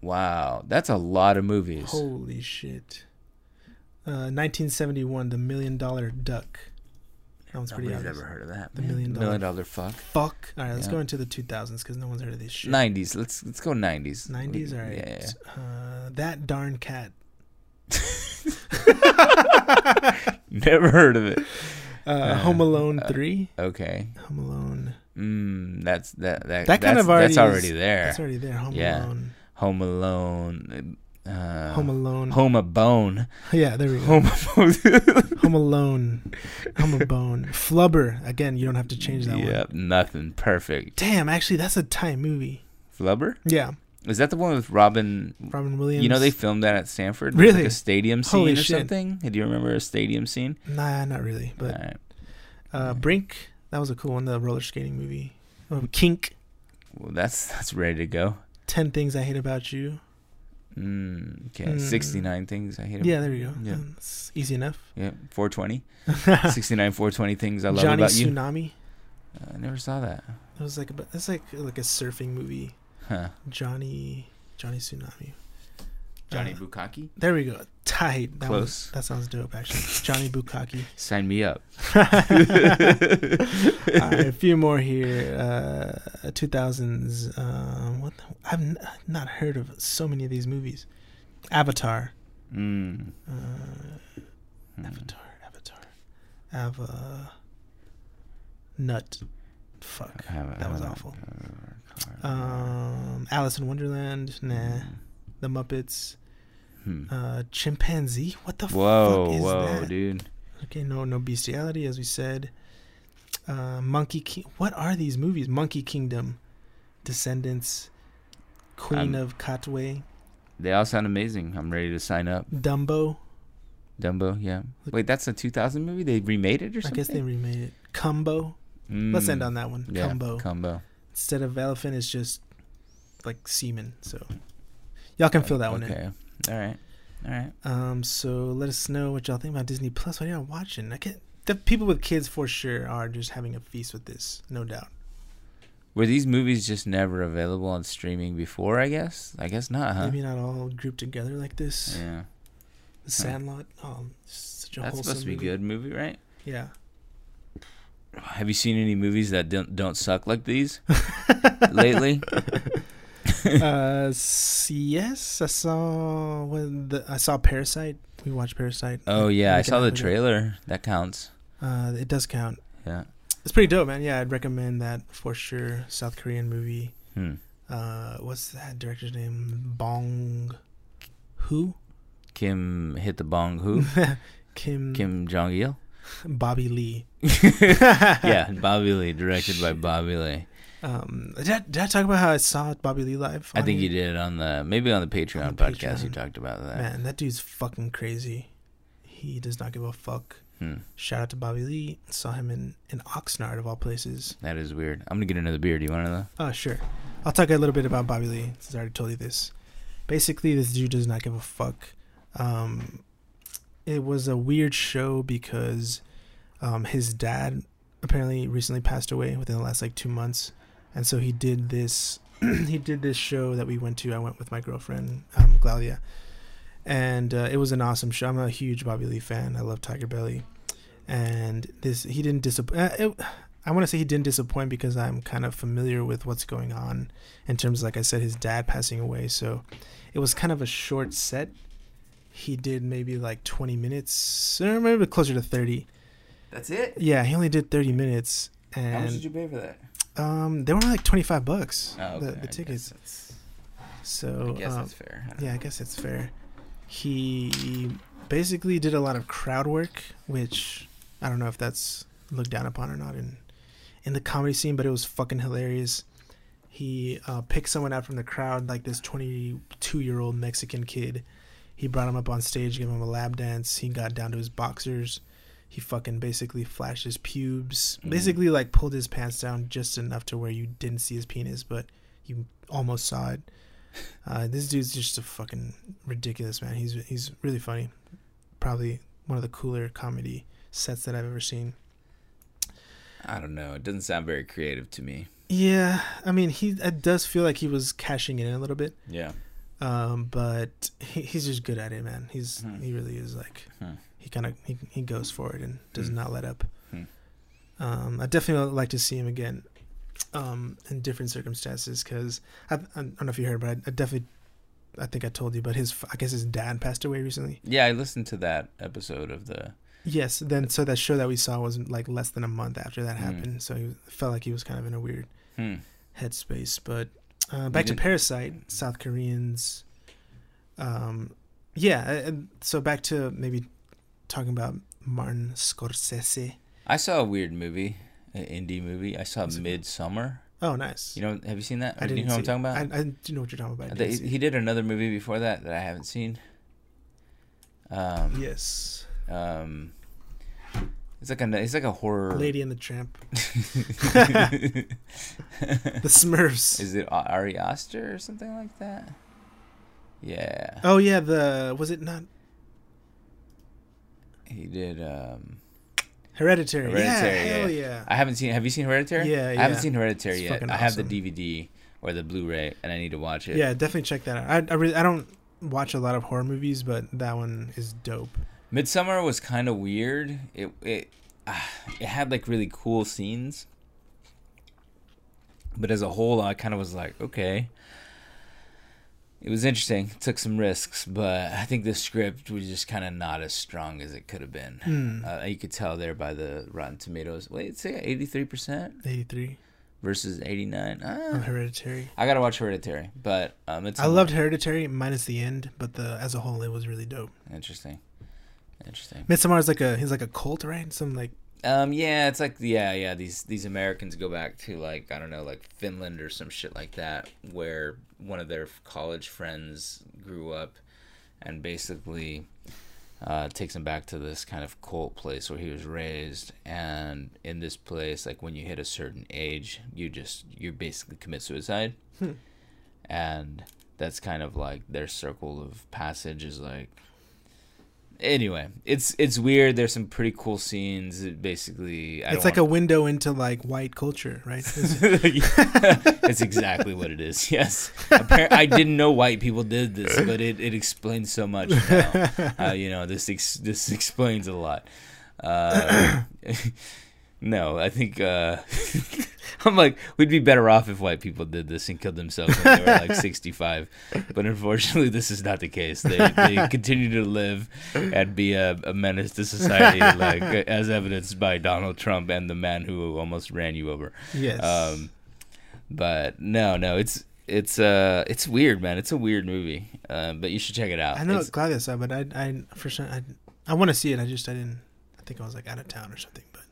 Speaker 2: Wow, that's a lot of movies.
Speaker 1: Holy shit! Uh, 1971, The Million Dollar Duck. That one's pretty obvious.
Speaker 2: heard of that.
Speaker 1: The million dollar-
Speaker 2: million dollar fuck.
Speaker 1: Fuck. All right, let's
Speaker 2: Yeah.
Speaker 1: go into the 2000s because no one's heard of this shit.
Speaker 2: Nineties. Let's let's go nineties.
Speaker 1: 90s, all right.
Speaker 2: Yeah.
Speaker 1: Uh, that darn cat.
Speaker 2: Never heard of it.
Speaker 1: Uh, Home Alone
Speaker 2: uh,
Speaker 1: three.
Speaker 2: Okay.
Speaker 1: Home Alone.
Speaker 2: Mm, that's that that
Speaker 1: That kind
Speaker 2: that's,
Speaker 1: of already
Speaker 2: that's already
Speaker 1: is-
Speaker 2: there.
Speaker 1: That's already there. Home
Speaker 2: Yeah.
Speaker 1: Alone.
Speaker 2: Home Alone. Uh,
Speaker 1: Home Alone.
Speaker 2: Home a bone.
Speaker 1: yeah, there we go.
Speaker 2: Home
Speaker 1: Home Alone. Home a Bone. Flubber. Again, you don't have to change that one.
Speaker 2: Yep, nothing perfect.
Speaker 1: Damn, actually, that's a Thai movie.
Speaker 2: Flubber?
Speaker 1: Yeah,
Speaker 2: Is that the one with Robin?
Speaker 1: Robin Williams.
Speaker 2: You know they filmed that at Stanford. There's Like
Speaker 1: Really?
Speaker 2: a stadium scene
Speaker 1: Holy
Speaker 2: or
Speaker 1: shit.
Speaker 2: something. Do you remember a stadium scene?
Speaker 1: Nah, not really. But
Speaker 2: Alright.
Speaker 1: uh, Brink. That was a cool one. The roller skating movie. Um, Kink.
Speaker 2: Well, that's that's ready to go.
Speaker 1: Ten Things I Hate About You.
Speaker 2: Mm, okay,
Speaker 1: Mm.
Speaker 2: 69 things I hate. about-
Speaker 1: Yeah, there we go.
Speaker 2: Yeah.
Speaker 1: That's easy enough.
Speaker 2: yeah, 420. 69, 420 things I love
Speaker 1: Johnny
Speaker 2: about you.
Speaker 1: Tsunami.
Speaker 2: Uh, I never saw that.
Speaker 1: That was like about. That's like like a surfing movie.
Speaker 2: Huh.
Speaker 1: Johnny Johnny Tsunami. Uh,
Speaker 2: Bukaki?
Speaker 1: There we go. Tight. That
Speaker 2: Close.
Speaker 1: Was, that sounds dope, actually. Johnny Bukaki.
Speaker 2: Sign me up.
Speaker 1: All right, a few more here. Uh, 2000s. Um, what? The, I've n- not heard of so many of these movies. Avatar.
Speaker 2: Mm.
Speaker 1: Uh,
Speaker 2: Mm.
Speaker 1: Avatar. Avatar. Ava. Nut. Fuck.
Speaker 2: I haven't-
Speaker 1: That
Speaker 2: I
Speaker 1: was
Speaker 2: haven't-
Speaker 1: awful. Um, Alice in Wonderland. Nah. The Muppets.
Speaker 2: Hmm.
Speaker 1: Uh, chimpanzee. What the
Speaker 2: Whoa,
Speaker 1: fuck is
Speaker 2: whoa,
Speaker 1: that?
Speaker 2: dude.
Speaker 1: Okay, no, no bestiality, as we said. Uh, Monkey King. What are these movies? Monkey Kingdom, Descendants, Queen
Speaker 2: I'm-
Speaker 1: of Katwe,
Speaker 2: They all sound amazing. I'm ready to sign up.
Speaker 1: Dumbo.
Speaker 2: Dumbo, yeah. Wait, that's a 2000 movie? They remade it or
Speaker 1: I
Speaker 2: something?
Speaker 1: guess they remade it. Combo. Let's end
Speaker 2: Mm,
Speaker 1: on that one.
Speaker 2: yeah,
Speaker 1: Combo.
Speaker 2: Combo.
Speaker 1: Instead of elephant, it's just like semen. So y'all can fill that one in.
Speaker 2: Okay. All right. All right.
Speaker 1: Um, so let us know what y'all think about Disney Plus. What are y'all watching? I can The people with kids for sure are just having a feast with this, no doubt.
Speaker 2: Were these movies just never available on streaming before, I guess? I guess not, huh?
Speaker 1: Maybe not all grouped together like this.
Speaker 2: Yeah.
Speaker 1: The Sandlot. Oh, such a
Speaker 2: That's
Speaker 1: wholesome
Speaker 2: supposed to be
Speaker 1: movie.
Speaker 2: good movie, right?
Speaker 1: Yeah.
Speaker 2: Have you seen any movies that don't don't suck like these lately?
Speaker 1: uh, s- yes, I saw when the I saw Parasite. We watched Parasite.
Speaker 2: Oh yeah, I
Speaker 1: Like an
Speaker 2: saw the
Speaker 1: episode.
Speaker 2: trailer. That counts.
Speaker 1: Uh, it does count.
Speaker 2: Yeah.
Speaker 1: It's pretty dope, man. Yeah, I'd recommend that for sure. South Korean movie.
Speaker 2: Hmm.
Speaker 1: Uh, what's that director's name? Bong, who?
Speaker 2: Kim hit the bong who?
Speaker 1: Kim,
Speaker 2: Kim Jong Il.
Speaker 1: Bobby Lee.
Speaker 2: Yeah, Bobby Lee, directed by Bobby Lee.
Speaker 1: Um, did I, did I talk about how I saw Bobby Lee live?
Speaker 2: I
Speaker 1: on
Speaker 2: think
Speaker 1: here?
Speaker 2: you did on the maybe on the Patreon
Speaker 1: On the
Speaker 2: podcast. You
Speaker 1: Patreon.
Speaker 2: talked about that.
Speaker 1: Man, that dude's fucking crazy. He does not give a fuck.
Speaker 2: Hmm.
Speaker 1: Shout out to Bobby Lee. Saw him in, in Oxnard, of all places.
Speaker 2: That is weird. I'm gonna get another beer. Do you want another?
Speaker 1: Oh, sure. I'll talk a little bit about Bobby Lee since I already told you this. Basically, this dude does not give a fuck. Um, it was a weird show because um, his dad apparently recently passed away within the last like two months, and so he did this. he did this show that we went to. I went with my girlfriend um, Claudia, and uh, it was an awesome show. I'm a huge Bobby Lee fan. I love Tiger Belly, and this he didn't disappoint. Uh, it- I want to say he didn't disappoint because I'm kind of familiar with what's going on in terms, like I said, his dad passing away. So it was kind of a short set. He did maybe like 20 minutes, or maybe closer to 30.
Speaker 2: That's it.
Speaker 1: Yeah, he only did 30 minutes, and
Speaker 2: you pay for that?
Speaker 1: um, they were like 25 bucks.
Speaker 2: Oh, okay.
Speaker 1: the,
Speaker 2: I
Speaker 1: the
Speaker 2: guess
Speaker 1: tickets.
Speaker 2: that's- I
Speaker 1: So
Speaker 2: guess
Speaker 1: um,
Speaker 2: that's fair. I don't know.
Speaker 1: yeah, I guess it's fair. He basically did a lot of crowd work, which I don't know if that's looked down upon or not in in the comedy scene, but it was fucking hilarious. He uh, picked someone out from the crowd, like this 22 year old Mexican kid. He brought him up on stage, gave him a lap dance. He got down to his boxers. He fucking basically flashed his pubes.
Speaker 2: Mhm.
Speaker 1: Basically, like pulled his pants down just enough to where you didn't see his penis, but you almost saw it. Uh, this dude's just a fucking ridiculous man. He's he's really funny. Probably one of the cooler comedy sets that I've ever seen.
Speaker 2: I don't know. It doesn't sound very creative to me.
Speaker 1: Yeah, I mean, he it does feel like he was cashing in a little bit,
Speaker 2: Yeah.
Speaker 1: um, but he, he's just good at it, man. He's
Speaker 2: Hmm.
Speaker 1: he really is like
Speaker 2: Hmm.
Speaker 1: he kind of he, he goes for it and does
Speaker 2: Hmm.
Speaker 1: not let up.
Speaker 2: Hmm.
Speaker 1: Um, I definitely would like to see him again um, in different circumstances because I, I don't know if you heard, but I, I definitely I think I told you, but his I guess his dad passed away recently.
Speaker 2: Yeah, I listened to that episode of the.
Speaker 1: Yes, then so that show that we saw was like less than a month after that
Speaker 2: Mm.
Speaker 1: happened, so he felt like he was kind of in a weird
Speaker 2: Hmm.
Speaker 1: headspace. But uh,
Speaker 2: We
Speaker 1: back to
Speaker 2: didn't-
Speaker 1: Parasite, South Koreans. Um, yeah, uh, and so back to maybe talking about Martin Scorsese.
Speaker 2: I saw a weird movie, an indie movie. I saw
Speaker 1: Is it-
Speaker 2: Midsummer.
Speaker 1: Oh, nice.
Speaker 2: You know, have you seen that?
Speaker 1: I
Speaker 2: Or do
Speaker 1: didn't.
Speaker 2: you know what I'm
Speaker 1: see it.
Speaker 2: talking about?
Speaker 1: I, I do know what you're talking about. I
Speaker 2: They-
Speaker 1: didn't see
Speaker 2: he did another movie before that that I haven't seen.
Speaker 1: it.
Speaker 2: Um,
Speaker 1: Yes,
Speaker 2: um, it's like a it's like a horror.
Speaker 1: Lady and the Tramp,
Speaker 2: Is
Speaker 1: The Smurfs.
Speaker 2: it A- Ari Aster or something like that? Yeah,
Speaker 1: Oh yeah, the was it not
Speaker 2: he did. Um,
Speaker 1: Hereditary?
Speaker 2: Hereditary,
Speaker 1: yeah,
Speaker 2: yeah,
Speaker 1: hell
Speaker 2: yeah.
Speaker 1: yeah.
Speaker 2: I haven't seen. Have you seen Hereditary?
Speaker 1: Yeah,
Speaker 2: I haven't
Speaker 1: yeah.
Speaker 2: seen Hereditary
Speaker 1: It's
Speaker 2: yet.
Speaker 1: fucking
Speaker 2: I have the
Speaker 1: awesome.
Speaker 2: DVD or the Blu-ray, and I need to watch it.
Speaker 1: Yeah, definitely check that out. I I, really, I don't watch a lot of horror movies, but that one is dope.
Speaker 2: Midsummer was kind of weird. It it ah, it had like really cool scenes, but as a whole, I kind of was like, okay. It was interesting. It took some risks, but I think the script was just kind of not as strong as it could have been.
Speaker 1: Hmm.
Speaker 2: Uh, you could tell there by the Rotten Tomatoes. Wait, it's eighty-three percent
Speaker 1: 83.
Speaker 2: versus
Speaker 1: on
Speaker 2: 89. Ah,
Speaker 1: Hereditary.
Speaker 2: I gotta watch Hereditary, but um, it's
Speaker 1: I loved Hereditary minus the end, but the as a whole it was really dope.
Speaker 2: interesting, interesting.
Speaker 1: Midsommar is like a he's like a cult, right? Some like
Speaker 2: Um, yeah, it's like yeah, yeah. These these Americans go back to like I don't know, like Finland or some shit like that, where one of their college friends grew up, and basically uh, takes him back to this kind of cult place where he was raised. And in this place, like when you hit a certain age, you just you basically commit suicide,
Speaker 1: Hmm.
Speaker 2: and that's kind of like their circle of passage is like anyway it's it's weird there's some pretty cool scenes it basically I
Speaker 1: it's
Speaker 2: don't
Speaker 1: like a window into like white culture, right? It's-
Speaker 2: it's exactly what it is. Yes, Appar- I didn't know white people did this, but it, it explains so much. Now. Uh, you know, this ex- this explains a lot. Uh, no, I think uh, I'm like we'd be better off if white people did this and killed themselves when they were like 65. But unfortunately, this is not the case. They they continue to live and be a, a menace to society, like as evidenced by Donald Trump and the man who almost ran you over.
Speaker 1: yes.
Speaker 2: Um, but no, no, it's it's uh it's weird, man. It's a weird movie. Uh, but you should check it out.
Speaker 1: I know
Speaker 2: It's-
Speaker 1: Claudia saw, but I I for sure I I want to see it. I just I didn't. I think I was like out of town or something. But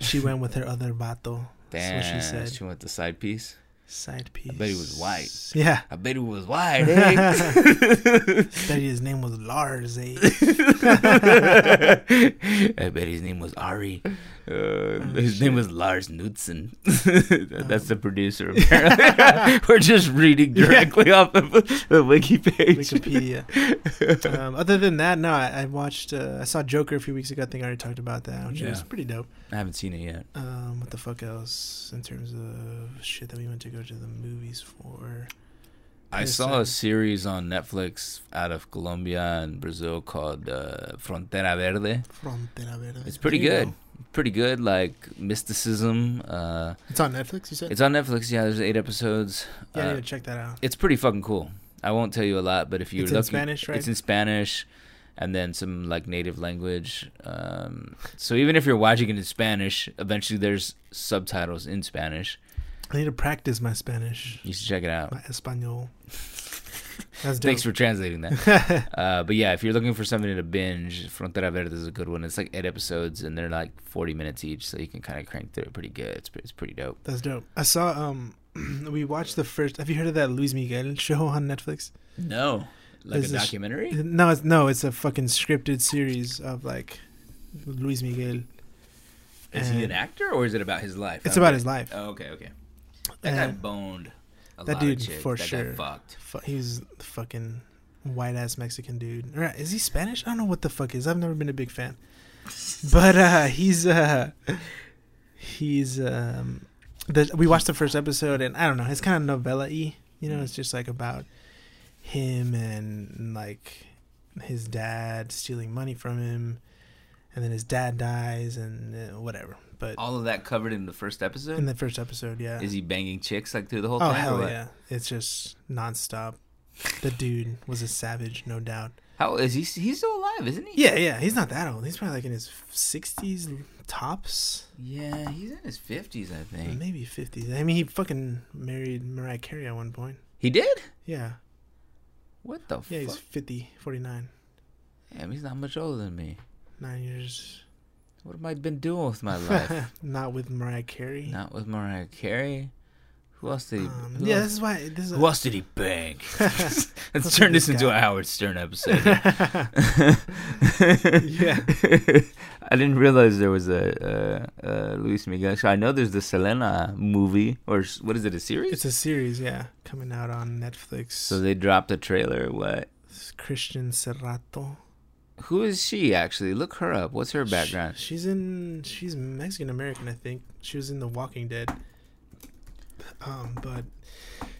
Speaker 1: she went with her other vato.
Speaker 2: damn,
Speaker 1: That's what she said.
Speaker 2: she went the side piece.
Speaker 1: Side piece.
Speaker 2: bet he was white.
Speaker 1: Yeah.
Speaker 2: I bet it was white. Eh?
Speaker 1: Bet his name was Lars. Eh?
Speaker 2: I bet his name was Ari. Uh,
Speaker 1: Oh,
Speaker 2: his name was Lars Knudsen. That's the producer. Apparently, we're just reading directly off the, the wiki page.
Speaker 1: Wikipedia. um, other than that, no. I, I watched. Uh, I saw Joker a few weeks ago. I think I already talked about that, which
Speaker 2: Yeah.
Speaker 1: was pretty dope.
Speaker 2: I haven't seen it yet.
Speaker 1: Um, what the fuck else in terms of shit that we went to go to the movies for?
Speaker 2: I
Speaker 1: Yes,
Speaker 2: saw
Speaker 1: um,
Speaker 2: a series on Netflix out of Colombia and Brazil called uh, Frontera Verde.
Speaker 1: Frontera Verde.
Speaker 2: It's pretty
Speaker 1: There you
Speaker 2: good. Pretty good, like mysticism. Uh,
Speaker 1: It's on Netflix. You said.
Speaker 2: it's on Netflix. Yeah, there's eight episodes.
Speaker 1: yeah, I
Speaker 2: Uh,
Speaker 1: need to check that out.
Speaker 2: it's pretty fucking cool. I won't tell you a lot, but if you're
Speaker 1: It's in
Speaker 2: looking,
Speaker 1: Spanish, right?
Speaker 2: it's in Spanish, and then some like native language. Um, so even if you're watching it in Spanish, eventually there's subtitles in Spanish.
Speaker 1: I need to practice my Spanish,
Speaker 2: You should check it out.
Speaker 1: my Espanol. That's dope.
Speaker 2: Thanks for translating that. uh, but yeah, if you're looking for something to binge, Frontera Verde is a good one. It's like eight episodes, and they're like 40 minutes each, so you can kind of crank through it pretty good. It's, pre- it's pretty dope.
Speaker 1: That's dope. I saw. Um, we watched the first. Have you heard of that Luis Miguel show on Netflix?
Speaker 2: No,
Speaker 1: Like This a is-
Speaker 2: documentary.
Speaker 1: No, it's no. It's a fucking scripted series of like Luis Miguel.
Speaker 2: Is he an
Speaker 1: And
Speaker 2: actor, or is it about his life?
Speaker 1: uh, It's about his life.
Speaker 2: Oh, okay, okay. That
Speaker 1: That guy
Speaker 2: guy
Speaker 1: And-
Speaker 2: boned. A
Speaker 1: that lot
Speaker 2: lot
Speaker 1: of dude,
Speaker 2: of
Speaker 1: chicks. for That guy sure.
Speaker 2: fucked.
Speaker 1: Fu- He's the fucking white ass Mexican dude. Or is he Spanish? I don't know what the fuck is. I've never been a big fan. But uh he's uh he's um the, we watched the first episode and I don't know, it's kind of novella y. You know, it's just like about him and like his dad stealing money from him and then his dad dies and uh, whatever. But
Speaker 2: All of that covered in the first episode.
Speaker 1: in the first episode, yeah.
Speaker 2: is he banging chicks like through the whole
Speaker 1: Oh
Speaker 2: thing? or
Speaker 1: hell
Speaker 2: what?
Speaker 1: yeah! It's just nonstop. The dude was a savage, no doubt.
Speaker 2: How is he? He's still alive, isn't he?
Speaker 1: Yeah, yeah. He's not that old. He's probably like in his sixties tops,
Speaker 2: Yeah, he's in his fifties, I think.
Speaker 1: maybe fifties. I mean, he fucking married Mariah Carey at one point.
Speaker 2: He did.
Speaker 1: Yeah,
Speaker 2: What the
Speaker 1: yeah.
Speaker 2: fuck?
Speaker 1: He's 50, 49,
Speaker 2: Damn, he's not much older than me.
Speaker 1: nine years.
Speaker 2: What have I been doing with my life?
Speaker 1: not with Mariah Carey.
Speaker 2: Not with Mariah Carey. Who else did he?
Speaker 1: Um,
Speaker 2: who
Speaker 1: yeah,
Speaker 2: else,
Speaker 1: this is why this is.
Speaker 2: who else did he bang? Let's
Speaker 1: Look
Speaker 2: turn
Speaker 1: at
Speaker 2: this
Speaker 1: this
Speaker 2: into
Speaker 1: guy.
Speaker 2: a Howard Stern episode. yeah. I didn't realize there was a, uh uh Luis Miguel. So I know there's the Selena movie, or s- what is it? A series?
Speaker 1: It's a series, yeah, coming out on Netflix.
Speaker 2: so they dropped a trailer. What?
Speaker 1: Christian Serrato.
Speaker 2: Who is she actually? Look her up. What's her background?
Speaker 1: Sh- She's in. She's Mexican American, I think. She was in The Walking Dead. Um, but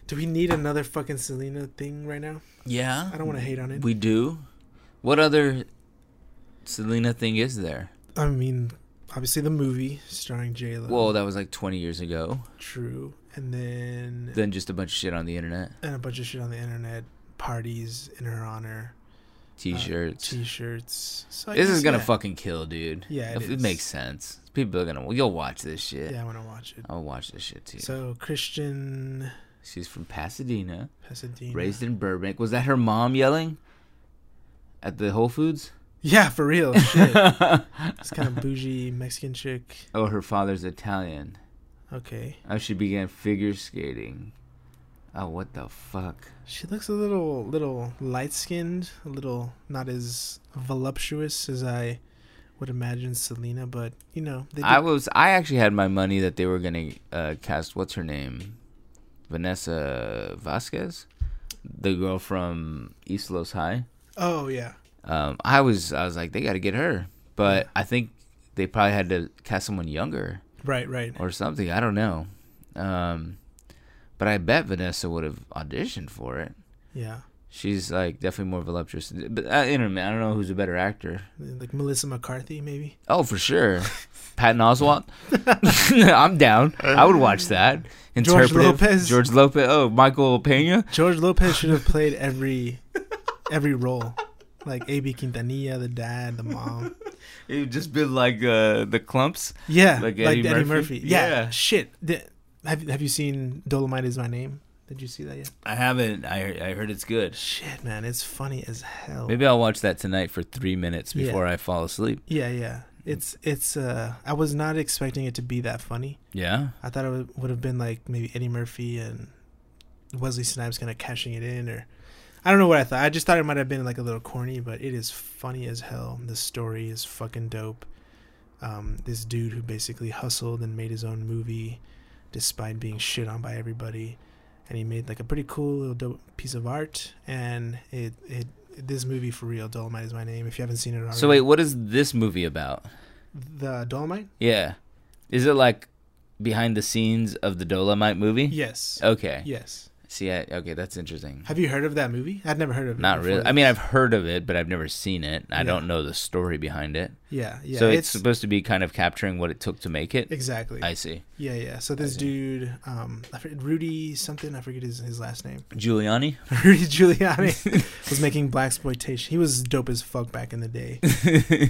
Speaker 1: do we need another fucking Selena thing right now?
Speaker 2: Yeah.
Speaker 1: I don't want to hate on it.
Speaker 2: We do. What other Selena thing is there?
Speaker 1: I mean, obviously the movie starring J Lo.
Speaker 2: Well, that was like 20 years ago.
Speaker 1: true. And then
Speaker 2: Then just a bunch of shit on the internet,
Speaker 1: and a bunch of shit on the internet, parties in her honor,
Speaker 2: t-shirts.
Speaker 1: T-shirts. So I
Speaker 2: this
Speaker 1: guess,
Speaker 2: is gonna
Speaker 1: yeah.
Speaker 2: fucking kill, dude.
Speaker 1: Yeah, it
Speaker 2: If it,
Speaker 1: is.
Speaker 2: makes sense. It's people are gonna. You'll watch this shit.
Speaker 1: Yeah, I want to watch it.
Speaker 2: I'll watch this shit too.
Speaker 1: So Christian
Speaker 2: She's from Pasadena,
Speaker 1: Pasadena.
Speaker 2: raised in Burbank. Was that her mom yelling at the Whole Foods?
Speaker 1: Yeah, for real. Shit.
Speaker 2: oh,
Speaker 1: It's kind of bougie Mexican chick.
Speaker 2: her father's Italian.
Speaker 1: Okay.
Speaker 2: Oh, she began figure skating. Oh, what the fuck?
Speaker 1: She looks a little little light skinned, a little not as voluptuous as I would imagine Selena, but you know, they did,
Speaker 2: I was. I actually had my money that they were gonna uh, cast. What's her name? Vanessa Vasquez, the girl from East Los High.
Speaker 1: Oh yeah.
Speaker 2: Um, I was. I was like, they got to get her. But I think they probably had to cast someone younger.
Speaker 1: Right, right.
Speaker 2: or something. I don't know. Um, but I bet Vanessa would have auditioned for it.
Speaker 1: Yeah.
Speaker 2: She's like definitely more voluptuous. But uh, I, I don't know, I don't know who's a better actor.
Speaker 1: Like Melissa McCarthy maybe.
Speaker 2: Oh, for sure, Patton Oswalt. I'm down. I would watch that.
Speaker 1: George
Speaker 2: Interpretive.
Speaker 1: Lopez.
Speaker 2: George Lopez. Oh, Michael Pena.
Speaker 1: George Lopez should have played every every role. Like A B Quintanilla, the dad, the mom.
Speaker 2: It would just been like uh, the clumps.
Speaker 1: Yeah.
Speaker 2: Like
Speaker 1: Like
Speaker 2: Eddie
Speaker 1: Eddie, Murphy.
Speaker 2: Murphy?
Speaker 1: Yeah.
Speaker 2: Yeah.
Speaker 1: Shit. The- have have you seen Dolomite is my name? Did you see that yet?
Speaker 2: I haven't. I I heard it's good.
Speaker 1: Shit, man, it's funny as hell.
Speaker 2: Maybe I'll watch that tonight for three minutes
Speaker 1: Yeah.
Speaker 2: before I fall asleep.
Speaker 1: Yeah, yeah. It's it's uh I was not expecting it to be that funny.
Speaker 2: Yeah.
Speaker 1: I thought it would- would have been like maybe Eddie Murphy and Wesley Snipes kind of cashing it in or I don't know what I thought. I just thought it might have been like a little corny, but it is funny as hell. The story is fucking dope. Um this dude who basically hustled and made his own movie despite being shit on by everybody and he made like a pretty cool little dope piece of art and it it this movie for real, Dolomite is my name. If you haven't seen it already.
Speaker 2: So wait, what is this movie about?
Speaker 1: the Dolomite?
Speaker 2: Yeah. Is it like behind the scenes of the Dolomite movie?
Speaker 1: Yes.
Speaker 2: Okay.
Speaker 1: Yes.
Speaker 2: See, I, okay, that's interesting.
Speaker 1: Have you heard of that movie? I'd never heard of it.
Speaker 2: Not
Speaker 1: before
Speaker 2: really. I
Speaker 1: this.
Speaker 2: mean, I've heard of it, but I've never seen it. I
Speaker 1: Yeah.
Speaker 2: don't know the story behind it.
Speaker 1: Yeah, yeah.
Speaker 2: so it's,
Speaker 1: it's,
Speaker 2: supposed to be kind of capturing what it took to make it.
Speaker 1: exactly.
Speaker 2: I see.
Speaker 1: yeah, yeah. So this dude, um, I forget, Rudy something. I forget his his last name.
Speaker 2: Giuliani?
Speaker 1: Rudy Giuliani was making black exploitation. He was dope as fuck back in the day,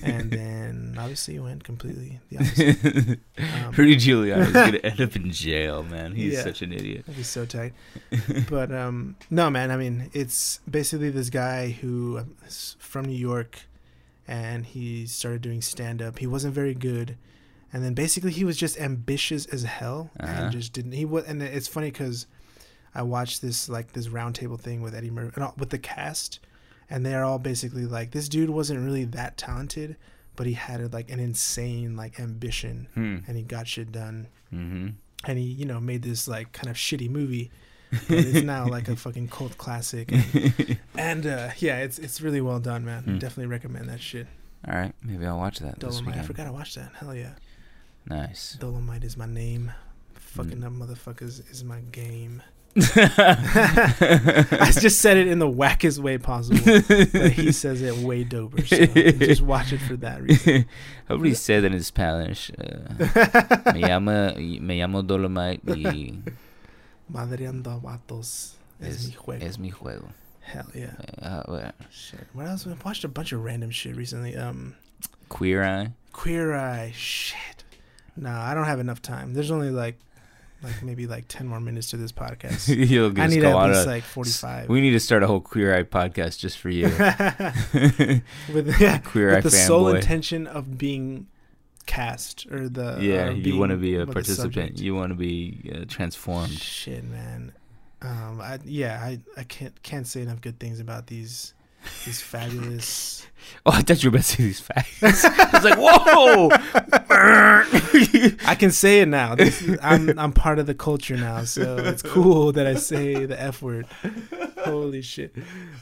Speaker 1: and then obviously went completely the opposite. Um,
Speaker 2: Rudy Giuliani is going to end up in jail, man. He's
Speaker 1: Yeah.
Speaker 2: such an idiot.
Speaker 1: That'd be so tight. but um, no, man. I mean, it's basically this guy who um, is from New York, and he started doing stand up. He wasn't very good, and then basically he was just ambitious as hell,
Speaker 2: Uh-huh.
Speaker 1: and just didn't. He was, and it's funny because I watched this like this roundtable thing with Eddie Murphy and all- with the cast, and they're all basically like, this dude wasn't really that talented, but he had like an insane like ambition,
Speaker 2: Hmm.
Speaker 1: and he got shit done
Speaker 2: Mm-hmm.
Speaker 1: and he you know made this like kind of shitty movie but it's now like a fucking cult classic and, uh yeah it's it's really well done man
Speaker 2: Hmm.
Speaker 1: definitely recommend that shit
Speaker 2: All right. Maybe I'll watch that this
Speaker 1: dolomite i
Speaker 2: weekend.
Speaker 1: forgot to watch that hell yeah
Speaker 2: Nice.
Speaker 1: dolomite is my name fucking up motherfuckers is my game i just said it in the wackest way possible but he says it way doper so just watch it for that reason
Speaker 2: Nobody said that in Spanish. Uh, me, llama, me llamo Dolomite y
Speaker 1: madreando vatos es, mi juego
Speaker 2: es mi juego.
Speaker 1: hell yeah
Speaker 2: Uh, uh,
Speaker 1: shit what else i watched a bunch of random shit recently um
Speaker 2: queer Eye.
Speaker 1: Queer Eye. Shit. No, I don't have enough time. There's only like, like maybe like ten more minutes to this podcast.
Speaker 2: You'll
Speaker 1: I
Speaker 2: just
Speaker 1: need
Speaker 2: go
Speaker 1: at
Speaker 2: on
Speaker 1: least
Speaker 2: a-
Speaker 1: like forty-five.
Speaker 2: We need to start a whole Queer Eye podcast just for you.
Speaker 1: with yeah,
Speaker 2: queer Eye
Speaker 1: with the sole
Speaker 2: fanboy.
Speaker 1: intention of being cast or the
Speaker 2: yeah,
Speaker 1: or
Speaker 2: you
Speaker 1: being
Speaker 2: want to be a
Speaker 1: with the
Speaker 2: participant.
Speaker 1: subject.
Speaker 2: You want to be uh, transformed.
Speaker 1: Shit, man. Um, I yeah, I I can't can't say enough good things about these these fabulous.
Speaker 2: Oh, I thought you were about to say these facts. I was like, whoa!
Speaker 1: I can say it now. This is- I'm I'm part of the culture now, so it's cool that I say the f word. Holy shit!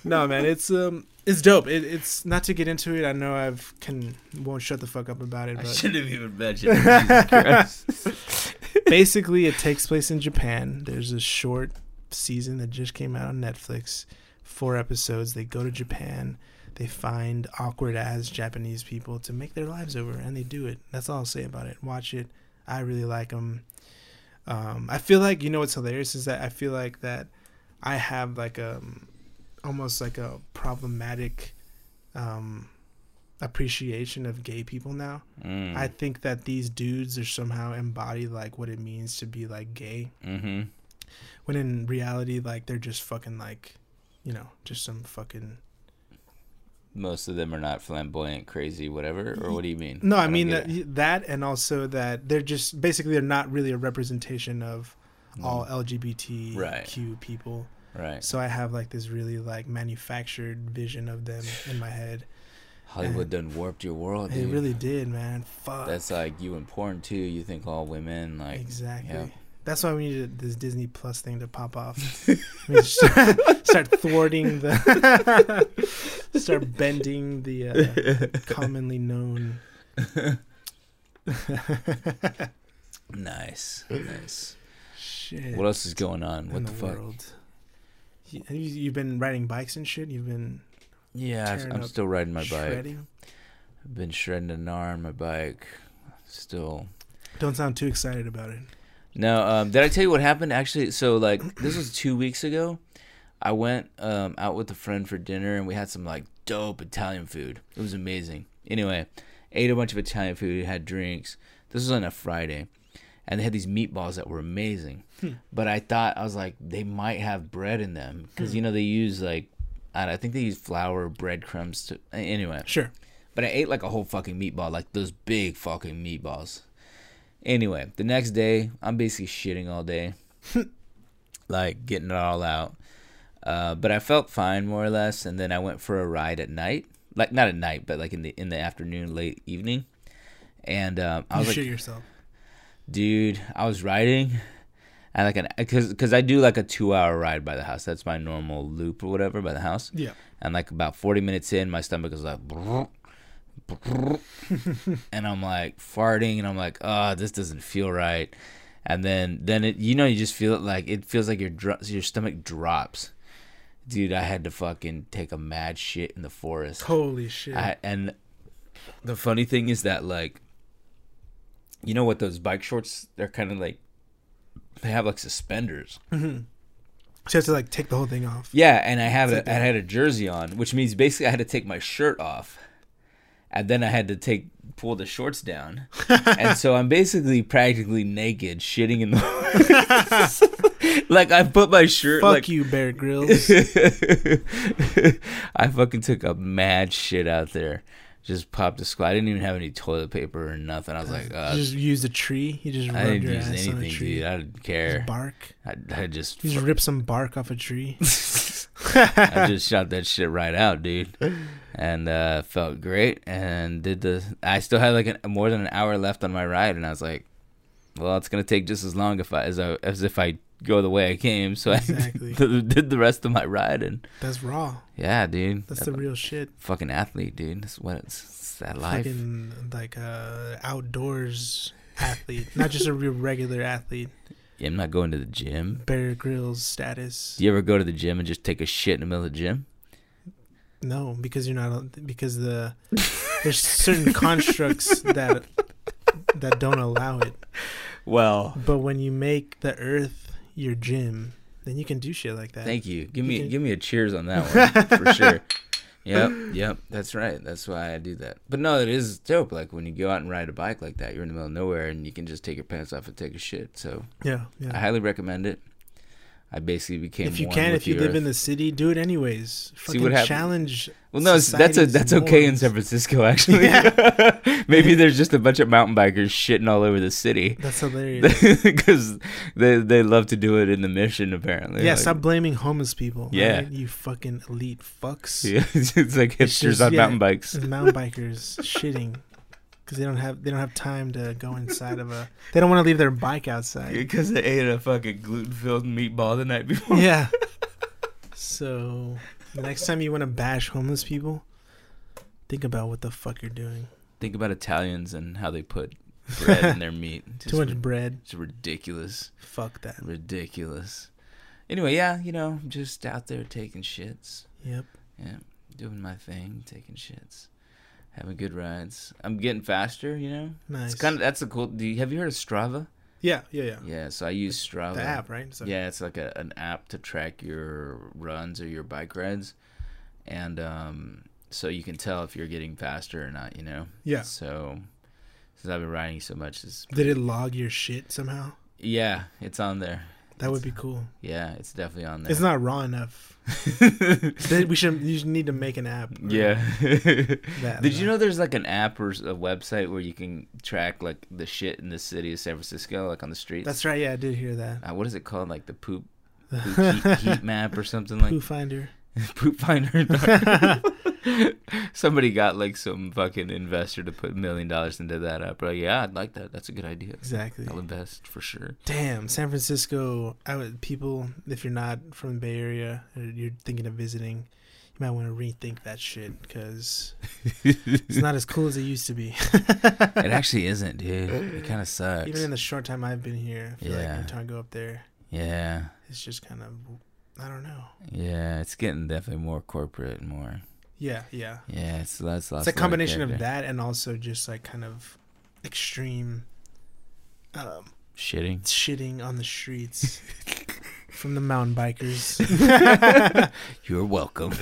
Speaker 1: No, man, it's um, it's dope. It, it's not to get into it. I know I've can won't shut the fuck up about it,
Speaker 2: I
Speaker 1: but
Speaker 2: shouldn't have even mentioned it. Jesus Christ.
Speaker 1: basically, it takes place in Japan. There's a short season that just came out on Netflix, four episodes. They go to Japan. They find awkward ass Japanese people to make their lives over, and they do it. That's all I'll say about it. Watch it. I really like them. Um, I feel like you know what's hilarious is that I feel like that I have like um almost like a problematic um appreciation of gay people now.
Speaker 2: Mm.
Speaker 1: I think that these dudes are somehow embody like what it means to be like gay,
Speaker 2: mm-hmm.
Speaker 1: when in reality, like they're just fucking like, you know, just some fucking.
Speaker 2: Most of them are not flamboyant, crazy, whatever. Or what do you mean?
Speaker 1: No, I,
Speaker 2: don't
Speaker 1: mean
Speaker 2: get
Speaker 1: that,
Speaker 2: it.
Speaker 1: that, and also that they're just basically they're not really a representation of all LGBTQ
Speaker 2: Mm. Right.
Speaker 1: people.
Speaker 2: Mm, right.
Speaker 1: So I have like this really like manufactured vision of them in my head.
Speaker 2: Hollywood done warped your world,
Speaker 1: It
Speaker 2: dude.
Speaker 1: eh, really did, man. Fuck.
Speaker 2: That's like you and porn too. You think all women like
Speaker 1: Exactly.
Speaker 2: yeah.
Speaker 1: That's why we needed this Disney Plus thing to pop off. We need to start, start thwarting the, start bending the uh, commonly known.
Speaker 2: nice, nice.
Speaker 1: Shit.
Speaker 2: What else is going on?
Speaker 1: in
Speaker 2: What the, fuck?
Speaker 1: world? You, have you- you've been riding bikes and shit. You've been
Speaker 2: Yeah, I've-
Speaker 1: Tearing
Speaker 2: I'm
Speaker 1: up,
Speaker 2: still riding my bike.
Speaker 1: shredding.
Speaker 2: I've been shredding an arm, my bike. Still.
Speaker 1: Don't sound too excited about it.
Speaker 2: No, um, did I tell you what happened? Actually, so like this was two weeks ago. I went um, out with a friend for dinner and we had some like dope Italian food. It was amazing. Anyway, ate a bunch of Italian food, had drinks. This was on a Friday, and they had these meatballs that were amazing. But I thought I was like they might have bread in them because you know they use like I, I think they use flour, breadcrumbs. To anyway,
Speaker 1: Sure.
Speaker 2: but I ate like a whole fucking meatball, like those big fucking meatballs. Anyway, the next day, I'm basically shitting all day, like getting it all out. Uh, but I felt fine more or less, and then I went for a ride at night, like not at night, but like in the in the afternoon, late evening. And um, I
Speaker 1: You
Speaker 2: was like,
Speaker 1: shit yourself.
Speaker 2: dude i was riding and like an because because i do like a two hour ride by the house that's my normal loop or whatever by the house
Speaker 1: Yeah.
Speaker 2: and like about 40 minutes in my stomach is like and i'm like farting and i'm like oh this doesn't feel right and then then it you know you just feel it like it feels like your dro- your stomach drops dude i had to fucking take a mad shit in the forest
Speaker 1: Holy shit.
Speaker 2: I, and the funny thing is that like, you know what those bike shorts? They're kind of like they have like suspenders.
Speaker 1: so you have to like take the whole thing off.
Speaker 2: Yeah, and I have a, I had a jersey on, which means basically I had to take my shirt off, and then I had to take pull the shorts down, and so I'm basically practically naked, shitting in the. like I put my shirt
Speaker 1: Fuck
Speaker 2: like
Speaker 1: you, Bear Grylls.
Speaker 2: I fucking took a mad shit out there. Just popped a squat. I didn't even have any toilet paper or nothing. I was like,
Speaker 1: you
Speaker 2: uh,
Speaker 1: just used a tree. You just
Speaker 2: I
Speaker 1: rubbed
Speaker 2: didn't
Speaker 1: your
Speaker 2: use
Speaker 1: ass on a
Speaker 2: anything,
Speaker 1: tree.
Speaker 2: dude. I didn't care.
Speaker 1: bark.
Speaker 2: I, I just,
Speaker 1: You just rip some bark off a tree.
Speaker 2: I just shot that shit right out, dude, and uh, felt great. And did the. I still had like an, more than an hour left on my ride, and I was like, well, it's gonna take just as long if I as I, as if I go the way I came. So
Speaker 1: Exactly.
Speaker 2: I did the rest of my ride, and
Speaker 1: That's raw.
Speaker 2: yeah, dude,
Speaker 1: That's the real shit.
Speaker 2: fucking athlete, dude. That's what it's, it's that life.
Speaker 1: Fucking like uh, outdoors athlete, not just a real regular athlete.
Speaker 2: Yeah, I'm not going to the gym.
Speaker 1: Bear Grylls status.
Speaker 2: Do you ever go to the gym and just take a shit in the middle of the gym?
Speaker 1: No, because you're not because the there's certain constructs that that don't allow it.
Speaker 2: Well,
Speaker 1: But when you make the earth your gym, then you can do shit like that.
Speaker 2: thank you.
Speaker 1: You
Speaker 2: Give me
Speaker 1: can-
Speaker 2: give me a cheers on that one for sure. Yep, yep, that's right. That's why I do that. But no, it is dope. Like when you go out and ride a bike like that, you're in the middle of nowhere and you can just take your pants off and take a shit. So
Speaker 1: yeah,
Speaker 2: I
Speaker 1: yeah.
Speaker 2: highly recommend it. I basically became
Speaker 1: If you
Speaker 2: one
Speaker 1: can,
Speaker 2: with
Speaker 1: if you
Speaker 2: the
Speaker 1: live
Speaker 2: earth.
Speaker 1: in the city, do it anyways. Fucking
Speaker 2: what happens.
Speaker 1: challenge.
Speaker 2: Well, no, it's- that's a
Speaker 1: society's
Speaker 2: that's okay in
Speaker 1: norms.
Speaker 2: San Francisco. Actually, maybe there's just a bunch of mountain bikers shitting all over the city
Speaker 1: That's hilarious.
Speaker 2: because they they love to do it in the Mission. Apparently,
Speaker 1: yeah,
Speaker 2: Like,
Speaker 1: stop blaming homeless people.
Speaker 2: Yeah.
Speaker 1: alright? you fucking elite fucks.
Speaker 2: yeah, it's, it's like
Speaker 1: It's
Speaker 2: hipsters
Speaker 1: just-
Speaker 2: on
Speaker 1: yeah.
Speaker 2: mountain bikes.
Speaker 1: These mountain bikers shitting because they don't have they don't have time to go inside of a. They don't want to leave their bike outside.
Speaker 2: Because they ate a fucking gluten-filled meatball the night before.
Speaker 1: Yeah. So the next time you want to bash homeless people, think about what the fuck you're doing.
Speaker 2: Think about Italians and how they put bread in their meat. Just
Speaker 1: Too much
Speaker 2: ri-
Speaker 1: bread.
Speaker 2: It's ridiculous.
Speaker 1: Fuck that.
Speaker 2: Ridiculous. Anyway, yeah, you know, just out there taking shits.
Speaker 1: Yep.
Speaker 2: Yeah, doing my thing, taking shits, having good rides. I'm getting faster, you know.
Speaker 1: Nice.
Speaker 2: It's kind of that's a cool. Do you, have you heard of Strava?
Speaker 1: yeah, yeah, yeah.
Speaker 2: Yeah, so I use Strava.
Speaker 1: The app, right? So,
Speaker 2: Yeah, it's like a, an app to track your runs or your bike rides, and um, so you can tell if you're getting faster or not. You know.
Speaker 1: Yeah.
Speaker 2: So since I've been riding so much, is
Speaker 1: Did it log your shit somehow?
Speaker 2: yeah, it's on there.
Speaker 1: That would be cool.
Speaker 2: Yeah, it's definitely on
Speaker 1: It's
Speaker 2: there.
Speaker 1: not raw enough. Then we should. You should need to make an app. or
Speaker 2: yeah.
Speaker 1: That,
Speaker 2: Did you know there's like an app or s- a website where you can track like the shit in the city of San Francisco, like on the streets?
Speaker 1: That's right. Yeah, I did hear that.
Speaker 2: uh, what is it called? Like the poop, poop heat, heat map or something like
Speaker 1: Poo Finder.
Speaker 2: poop finder. Somebody got like some fucking investor to put a million dollars into that app. Like, yeah, I'd like that. That's a good idea.
Speaker 1: Exactly.
Speaker 2: I'll invest for sure.
Speaker 1: Damn, San Francisco. I would people. If you're not from the Bay Area, or you're thinking of visiting, you might want to rethink that shit because it's not as cool as it used to be.
Speaker 2: It actually isn't, dude. It kind of sucks.
Speaker 1: Even in the short time I've been here, I feel like
Speaker 2: Yeah.
Speaker 1: every time I go up there,
Speaker 2: yeah,
Speaker 1: it's just kind of, I don't know.
Speaker 2: yeah. It's getting definitely more corporate and more.
Speaker 1: Yeah, yeah.
Speaker 2: Yeah, it's that's
Speaker 1: it's a combination of that and also just like kind of extreme um,
Speaker 2: shitting.
Speaker 1: shitting on the streets from the mountain bikers.
Speaker 2: You're welcome.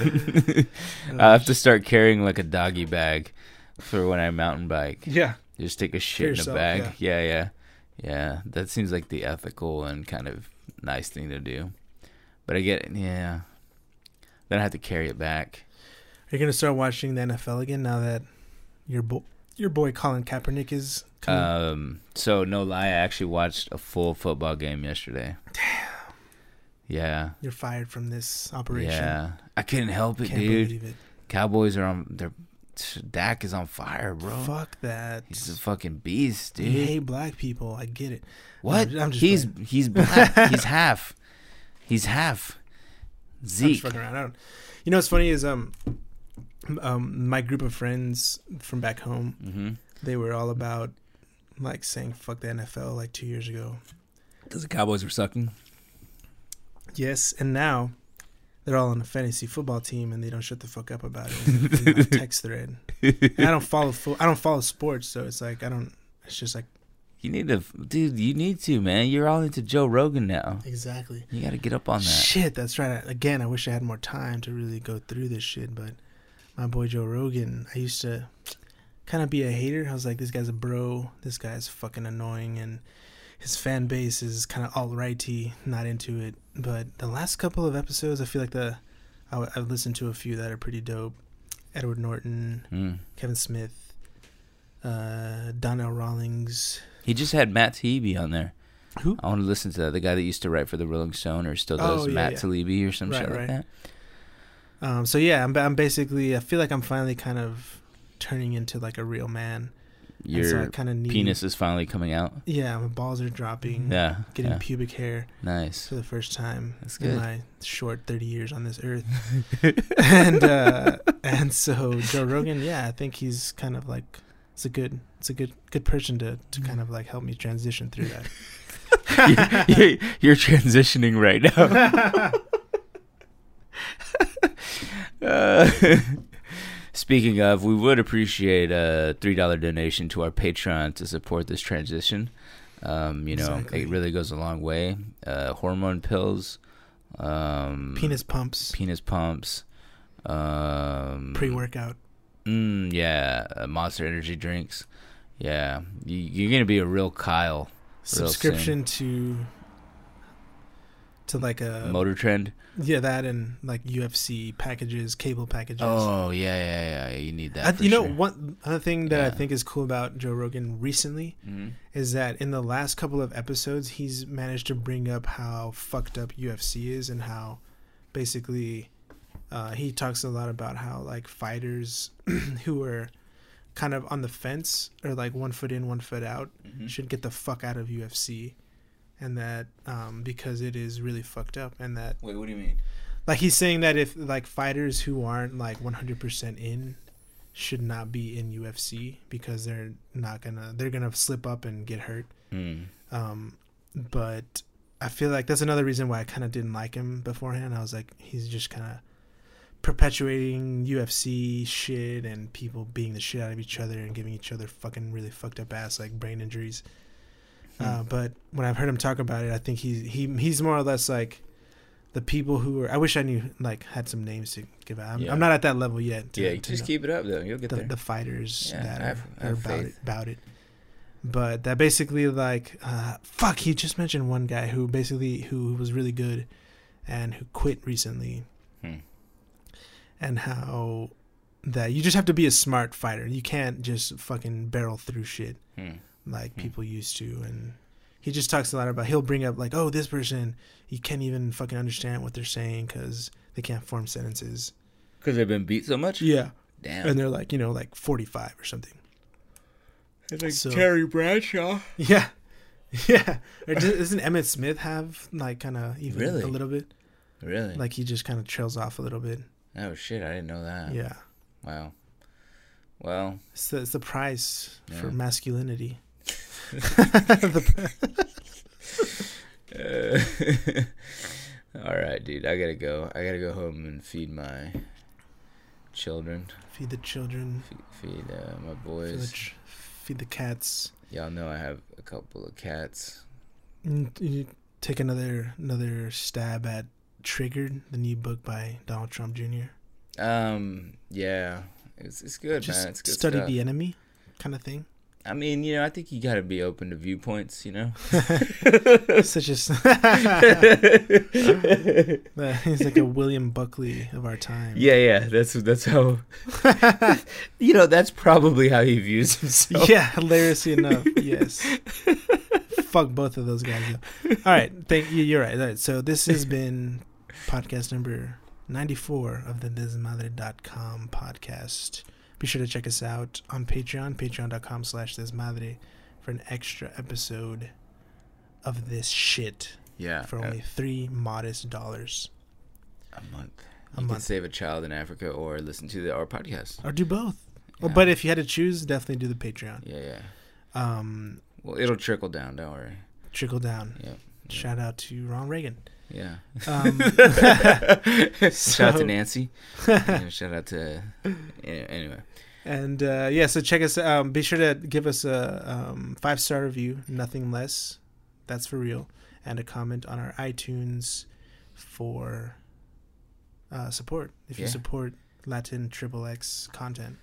Speaker 2: I have to start carrying like a doggy bag for when I mountain bike.
Speaker 1: yeah.
Speaker 2: Just take a shit in
Speaker 1: yourself,
Speaker 2: a bag. Yeah. yeah, yeah. That seems like the ethical and kind of nice thing to do. But I get yeah. Then I have to carry it back.
Speaker 1: Are you gonna start watching the NFL again now that your bo- your boy Colin Kaepernick is coming?
Speaker 2: Um so no lie, I actually watched a full football game yesterday. Damn. Yeah.
Speaker 1: You're fired from this operation.
Speaker 2: Yeah. I couldn't help it,
Speaker 1: Can't
Speaker 2: dude.
Speaker 1: believe it.
Speaker 2: Cowboys are on their Dak is on fire, bro.
Speaker 1: Fuck that.
Speaker 2: He's a fucking beast, dude.
Speaker 1: You hate black people. I get it.
Speaker 2: What?
Speaker 1: I'm- I'm just
Speaker 2: he's he's black. he's half. He's half.
Speaker 1: I'm just
Speaker 2: Zeke.
Speaker 1: fucking around. I don't. You know what's funny is um, um, my group of friends from back home,
Speaker 2: Mm-hmm.
Speaker 1: they were all about like saying fuck the NFL like two years ago.
Speaker 2: Because the Cowboys were sucking.
Speaker 1: Yes, and now they're all on a fantasy football team and they don't shut the fuck up about it. in my text thread. And I don't follow fo- I don't follow sports, so it's like I don't. It's just like
Speaker 2: You need to, dude. You need to, man. You're all into Joe Rogan now.
Speaker 1: exactly.
Speaker 2: You got to get up on that.
Speaker 1: Shit, that's right. Again, I wish I had more time to really go through this shit, but my boy Joe Rogan, I used to kind of be a hater. I was like, this guy's a bro. This guy's fucking annoying, and his fan base is kind of all righty, not into it. But the last couple of episodes, I feel like the I, w- I've listened to a few that are pretty dope. Edward Norton,
Speaker 2: Mm.
Speaker 1: Kevin Smith, uh, Donnell Rawlings.
Speaker 2: He just had Matt Taibbi on there.
Speaker 1: Who?
Speaker 2: I want to listen to that. The guy that used to write for the Rolling Stone or still does
Speaker 1: Oh, yeah,
Speaker 2: Matt
Speaker 1: yeah.
Speaker 2: Taibbi or some
Speaker 1: Right,
Speaker 2: shit like
Speaker 1: right.
Speaker 2: that.
Speaker 1: Um, so yeah, I'm, I'm basically I feel like I'm finally kind of turning into like a real man. And so I
Speaker 2: Your
Speaker 1: kind of need
Speaker 2: penis is finally coming out.
Speaker 1: Yeah, my balls are dropping.
Speaker 2: Yeah.
Speaker 1: Getting
Speaker 2: yeah.
Speaker 1: pubic hair
Speaker 2: Nice.
Speaker 1: for the first time
Speaker 2: That's
Speaker 1: in
Speaker 2: good.
Speaker 1: my short 30 years on this earth. and uh, and so Joe Rogan, yeah, I think he's kind of like it's a good it's a good good person to, to kind of like help me transition through that.
Speaker 2: you're, you're- you're transitioning right now. Uh, speaking of, we would appreciate a three dollar donation to our Patreon to support this transition. Um, you know,
Speaker 1: Exactly.
Speaker 2: it really goes a long way. Uh, hormone pills, um,
Speaker 1: Penis pumps,
Speaker 2: penis pumps, um,
Speaker 1: pre-workout.
Speaker 2: Mm, yeah, uh, Monster Energy drinks. Yeah, you, you're gonna be a real Kyle.
Speaker 1: Subscription to to like a
Speaker 2: Motor Trend.
Speaker 1: yeah, that and like UFC packages, cable packages.
Speaker 2: Oh yeah, yeah, yeah. You need that.
Speaker 1: I,
Speaker 2: for
Speaker 1: you know,
Speaker 2: sure.
Speaker 1: one other thing that I
Speaker 2: Yeah.
Speaker 1: think is cool about Joe Rogan recently
Speaker 2: Mhm.
Speaker 1: is that in the last couple of episodes, he's managed to bring up how fucked up UFC is and how basically uh, he talks a lot about how like fighters who are kind of on the fence or like one foot in, one foot out
Speaker 2: Mm-hmm.
Speaker 1: should get the fuck out of UFC. And that um, because it is really fucked up, and that
Speaker 2: Wait, what do you mean?
Speaker 1: like he's saying that if like fighters who aren't like 100% in should not be in UFC because they're not gonna they're gonna slip up and get hurt.
Speaker 2: Mm.
Speaker 1: Um, but I feel like that's another reason why I kind of didn't like him beforehand. I was like, he's just kind of perpetuating UFC shit and people beating the shit out of each other and giving each other fucking really fucked up ass like brain injuries.
Speaker 2: Hmm.
Speaker 1: Uh, but when I've heard him talk about it, I think he's he he's more or less like the people who are. I wish I knew like had some names to give out. I'm,
Speaker 2: Yeah.
Speaker 1: I'm not at that level yet. to-
Speaker 2: yeah, you
Speaker 1: to
Speaker 2: just
Speaker 1: know
Speaker 2: keep it up though. You'll get
Speaker 1: the,
Speaker 2: there.
Speaker 1: the fighters
Speaker 2: Yeah,
Speaker 1: that
Speaker 2: I have- I
Speaker 1: are, are
Speaker 2: have
Speaker 1: about it,
Speaker 2: faith.
Speaker 1: about it. But that basically like uh, fuck. He just mentioned one guy who basically who was really good, and who quit recently,
Speaker 2: Hmm.
Speaker 1: and how that you just have to be a smart fighter. You can't just fucking barrel through shit
Speaker 2: Hmm.
Speaker 1: like
Speaker 2: Hmm.
Speaker 1: people used to and he just talks a lot about he'll bring up like oh this person you can't even fucking understand what they're saying because they can't form sentences
Speaker 2: Because they've been beat so much?
Speaker 1: yeah
Speaker 2: Damn.
Speaker 1: and they're like you know like 45 or something
Speaker 2: it's like
Speaker 1: so-
Speaker 2: Terry Bradshaw.
Speaker 1: yeah yeah or does- doesn't emmett smith have like kind of even
Speaker 2: Really?
Speaker 1: a little bit
Speaker 2: Really?
Speaker 1: like he just kind of trails off a little bit
Speaker 2: oh, shit. I didn't know that.
Speaker 1: yeah
Speaker 2: Wow. Well,
Speaker 1: it's the, it's the price for
Speaker 2: Yeah.
Speaker 1: masculinity The-
Speaker 2: uh, all right, dude. I got to go. I got to go home and feed my children,
Speaker 1: feed the children
Speaker 2: feed, feed uh,
Speaker 1: feed
Speaker 2: my
Speaker 1: the,
Speaker 2: boys.
Speaker 1: ch- feed the cats
Speaker 2: Y'all know I have a couple of cats.
Speaker 1: Mm, You take another another stab at Triggered, the new book by Donald Trump Jr.
Speaker 2: Um, yeah. It's, it's good,
Speaker 1: Just
Speaker 2: man. It's good
Speaker 1: study
Speaker 2: stuff.
Speaker 1: the enemy, kind of thing.
Speaker 2: I mean, you know, I think you got to be open to viewpoints, you know?
Speaker 1: Such as he's like a William Buckley of our time.
Speaker 2: Yeah, yeah, that's that's how. you know, that's probably how he views himself.
Speaker 1: yeah, hilariously enough, yes. Fuck both of those guys. Though. All right, thank you. You're right. All right, so this has been podcast number 94 of the Desmadre.com podcast. Be sure to check us out on Patreon, patreon.com slash Desmadre, for an extra episode of this shit
Speaker 2: Yeah,
Speaker 1: for
Speaker 2: a-
Speaker 1: only three modest dollars.
Speaker 2: a month.
Speaker 1: A
Speaker 2: you can
Speaker 1: month.
Speaker 2: save a child in Africa or listen to the, our podcast.
Speaker 1: Or do both.
Speaker 2: Yeah.
Speaker 1: But if you had to choose, definitely do the Patreon.
Speaker 2: yeah, yeah.
Speaker 1: Um,
Speaker 2: Well, it'll trickle down. Don't worry.
Speaker 1: trickle down.
Speaker 2: Yeah, yeah.
Speaker 1: Shout out to Ron Reagan.
Speaker 2: Yeah.
Speaker 1: Um,
Speaker 2: shout out
Speaker 1: so-
Speaker 2: to Nancy. and shout out to. Anyway. anyway.
Speaker 1: And uh, yeah, so check us. Um, be sure to give us a um, five star review, nothing less. That's for real. And a comment on our iTunes for uh, support. If you
Speaker 2: Yeah.
Speaker 1: support Latin Triple X content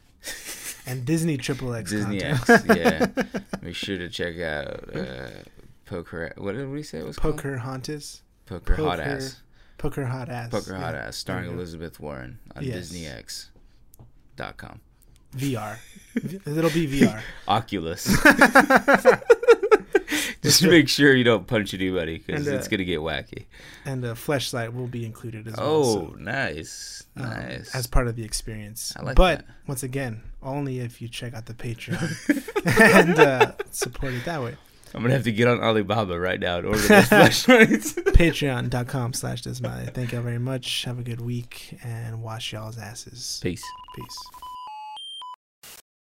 Speaker 1: and Disney Triple X
Speaker 2: Disney
Speaker 1: content,
Speaker 2: X. Yeah. Make sure to check out uh, Poker. What did we say it was called?
Speaker 1: Poker Hauntus,
Speaker 2: Poker, Hot
Speaker 1: Poker-
Speaker 2: Ass.
Speaker 1: Poker Hot Ass,
Speaker 2: Poker Hot
Speaker 1: yeah,
Speaker 2: Ass, starring
Speaker 1: There you go.
Speaker 2: Elizabeth Warren on
Speaker 1: Yes.
Speaker 2: DisneyX.com.
Speaker 1: VR. It'll be VR.
Speaker 2: Oculus. Just make sure you don't punch anybody because
Speaker 1: And, uh,
Speaker 2: it's gonna get wacky.
Speaker 1: And a fleshlight will be included as well. so-
Speaker 2: Oh, nice,
Speaker 1: um,
Speaker 2: nice.
Speaker 1: as part of the experience.
Speaker 2: I like
Speaker 1: but
Speaker 2: that.
Speaker 1: once again, only if you check out the Patreon and uh, support it that way.
Speaker 2: I'm gonna have to get on Alibaba right now and order those flashlights.
Speaker 1: Patreon.com slash Desmade. Thank y'all very much. Have a good week and wash y'all's asses.
Speaker 2: Peace.
Speaker 1: Peace.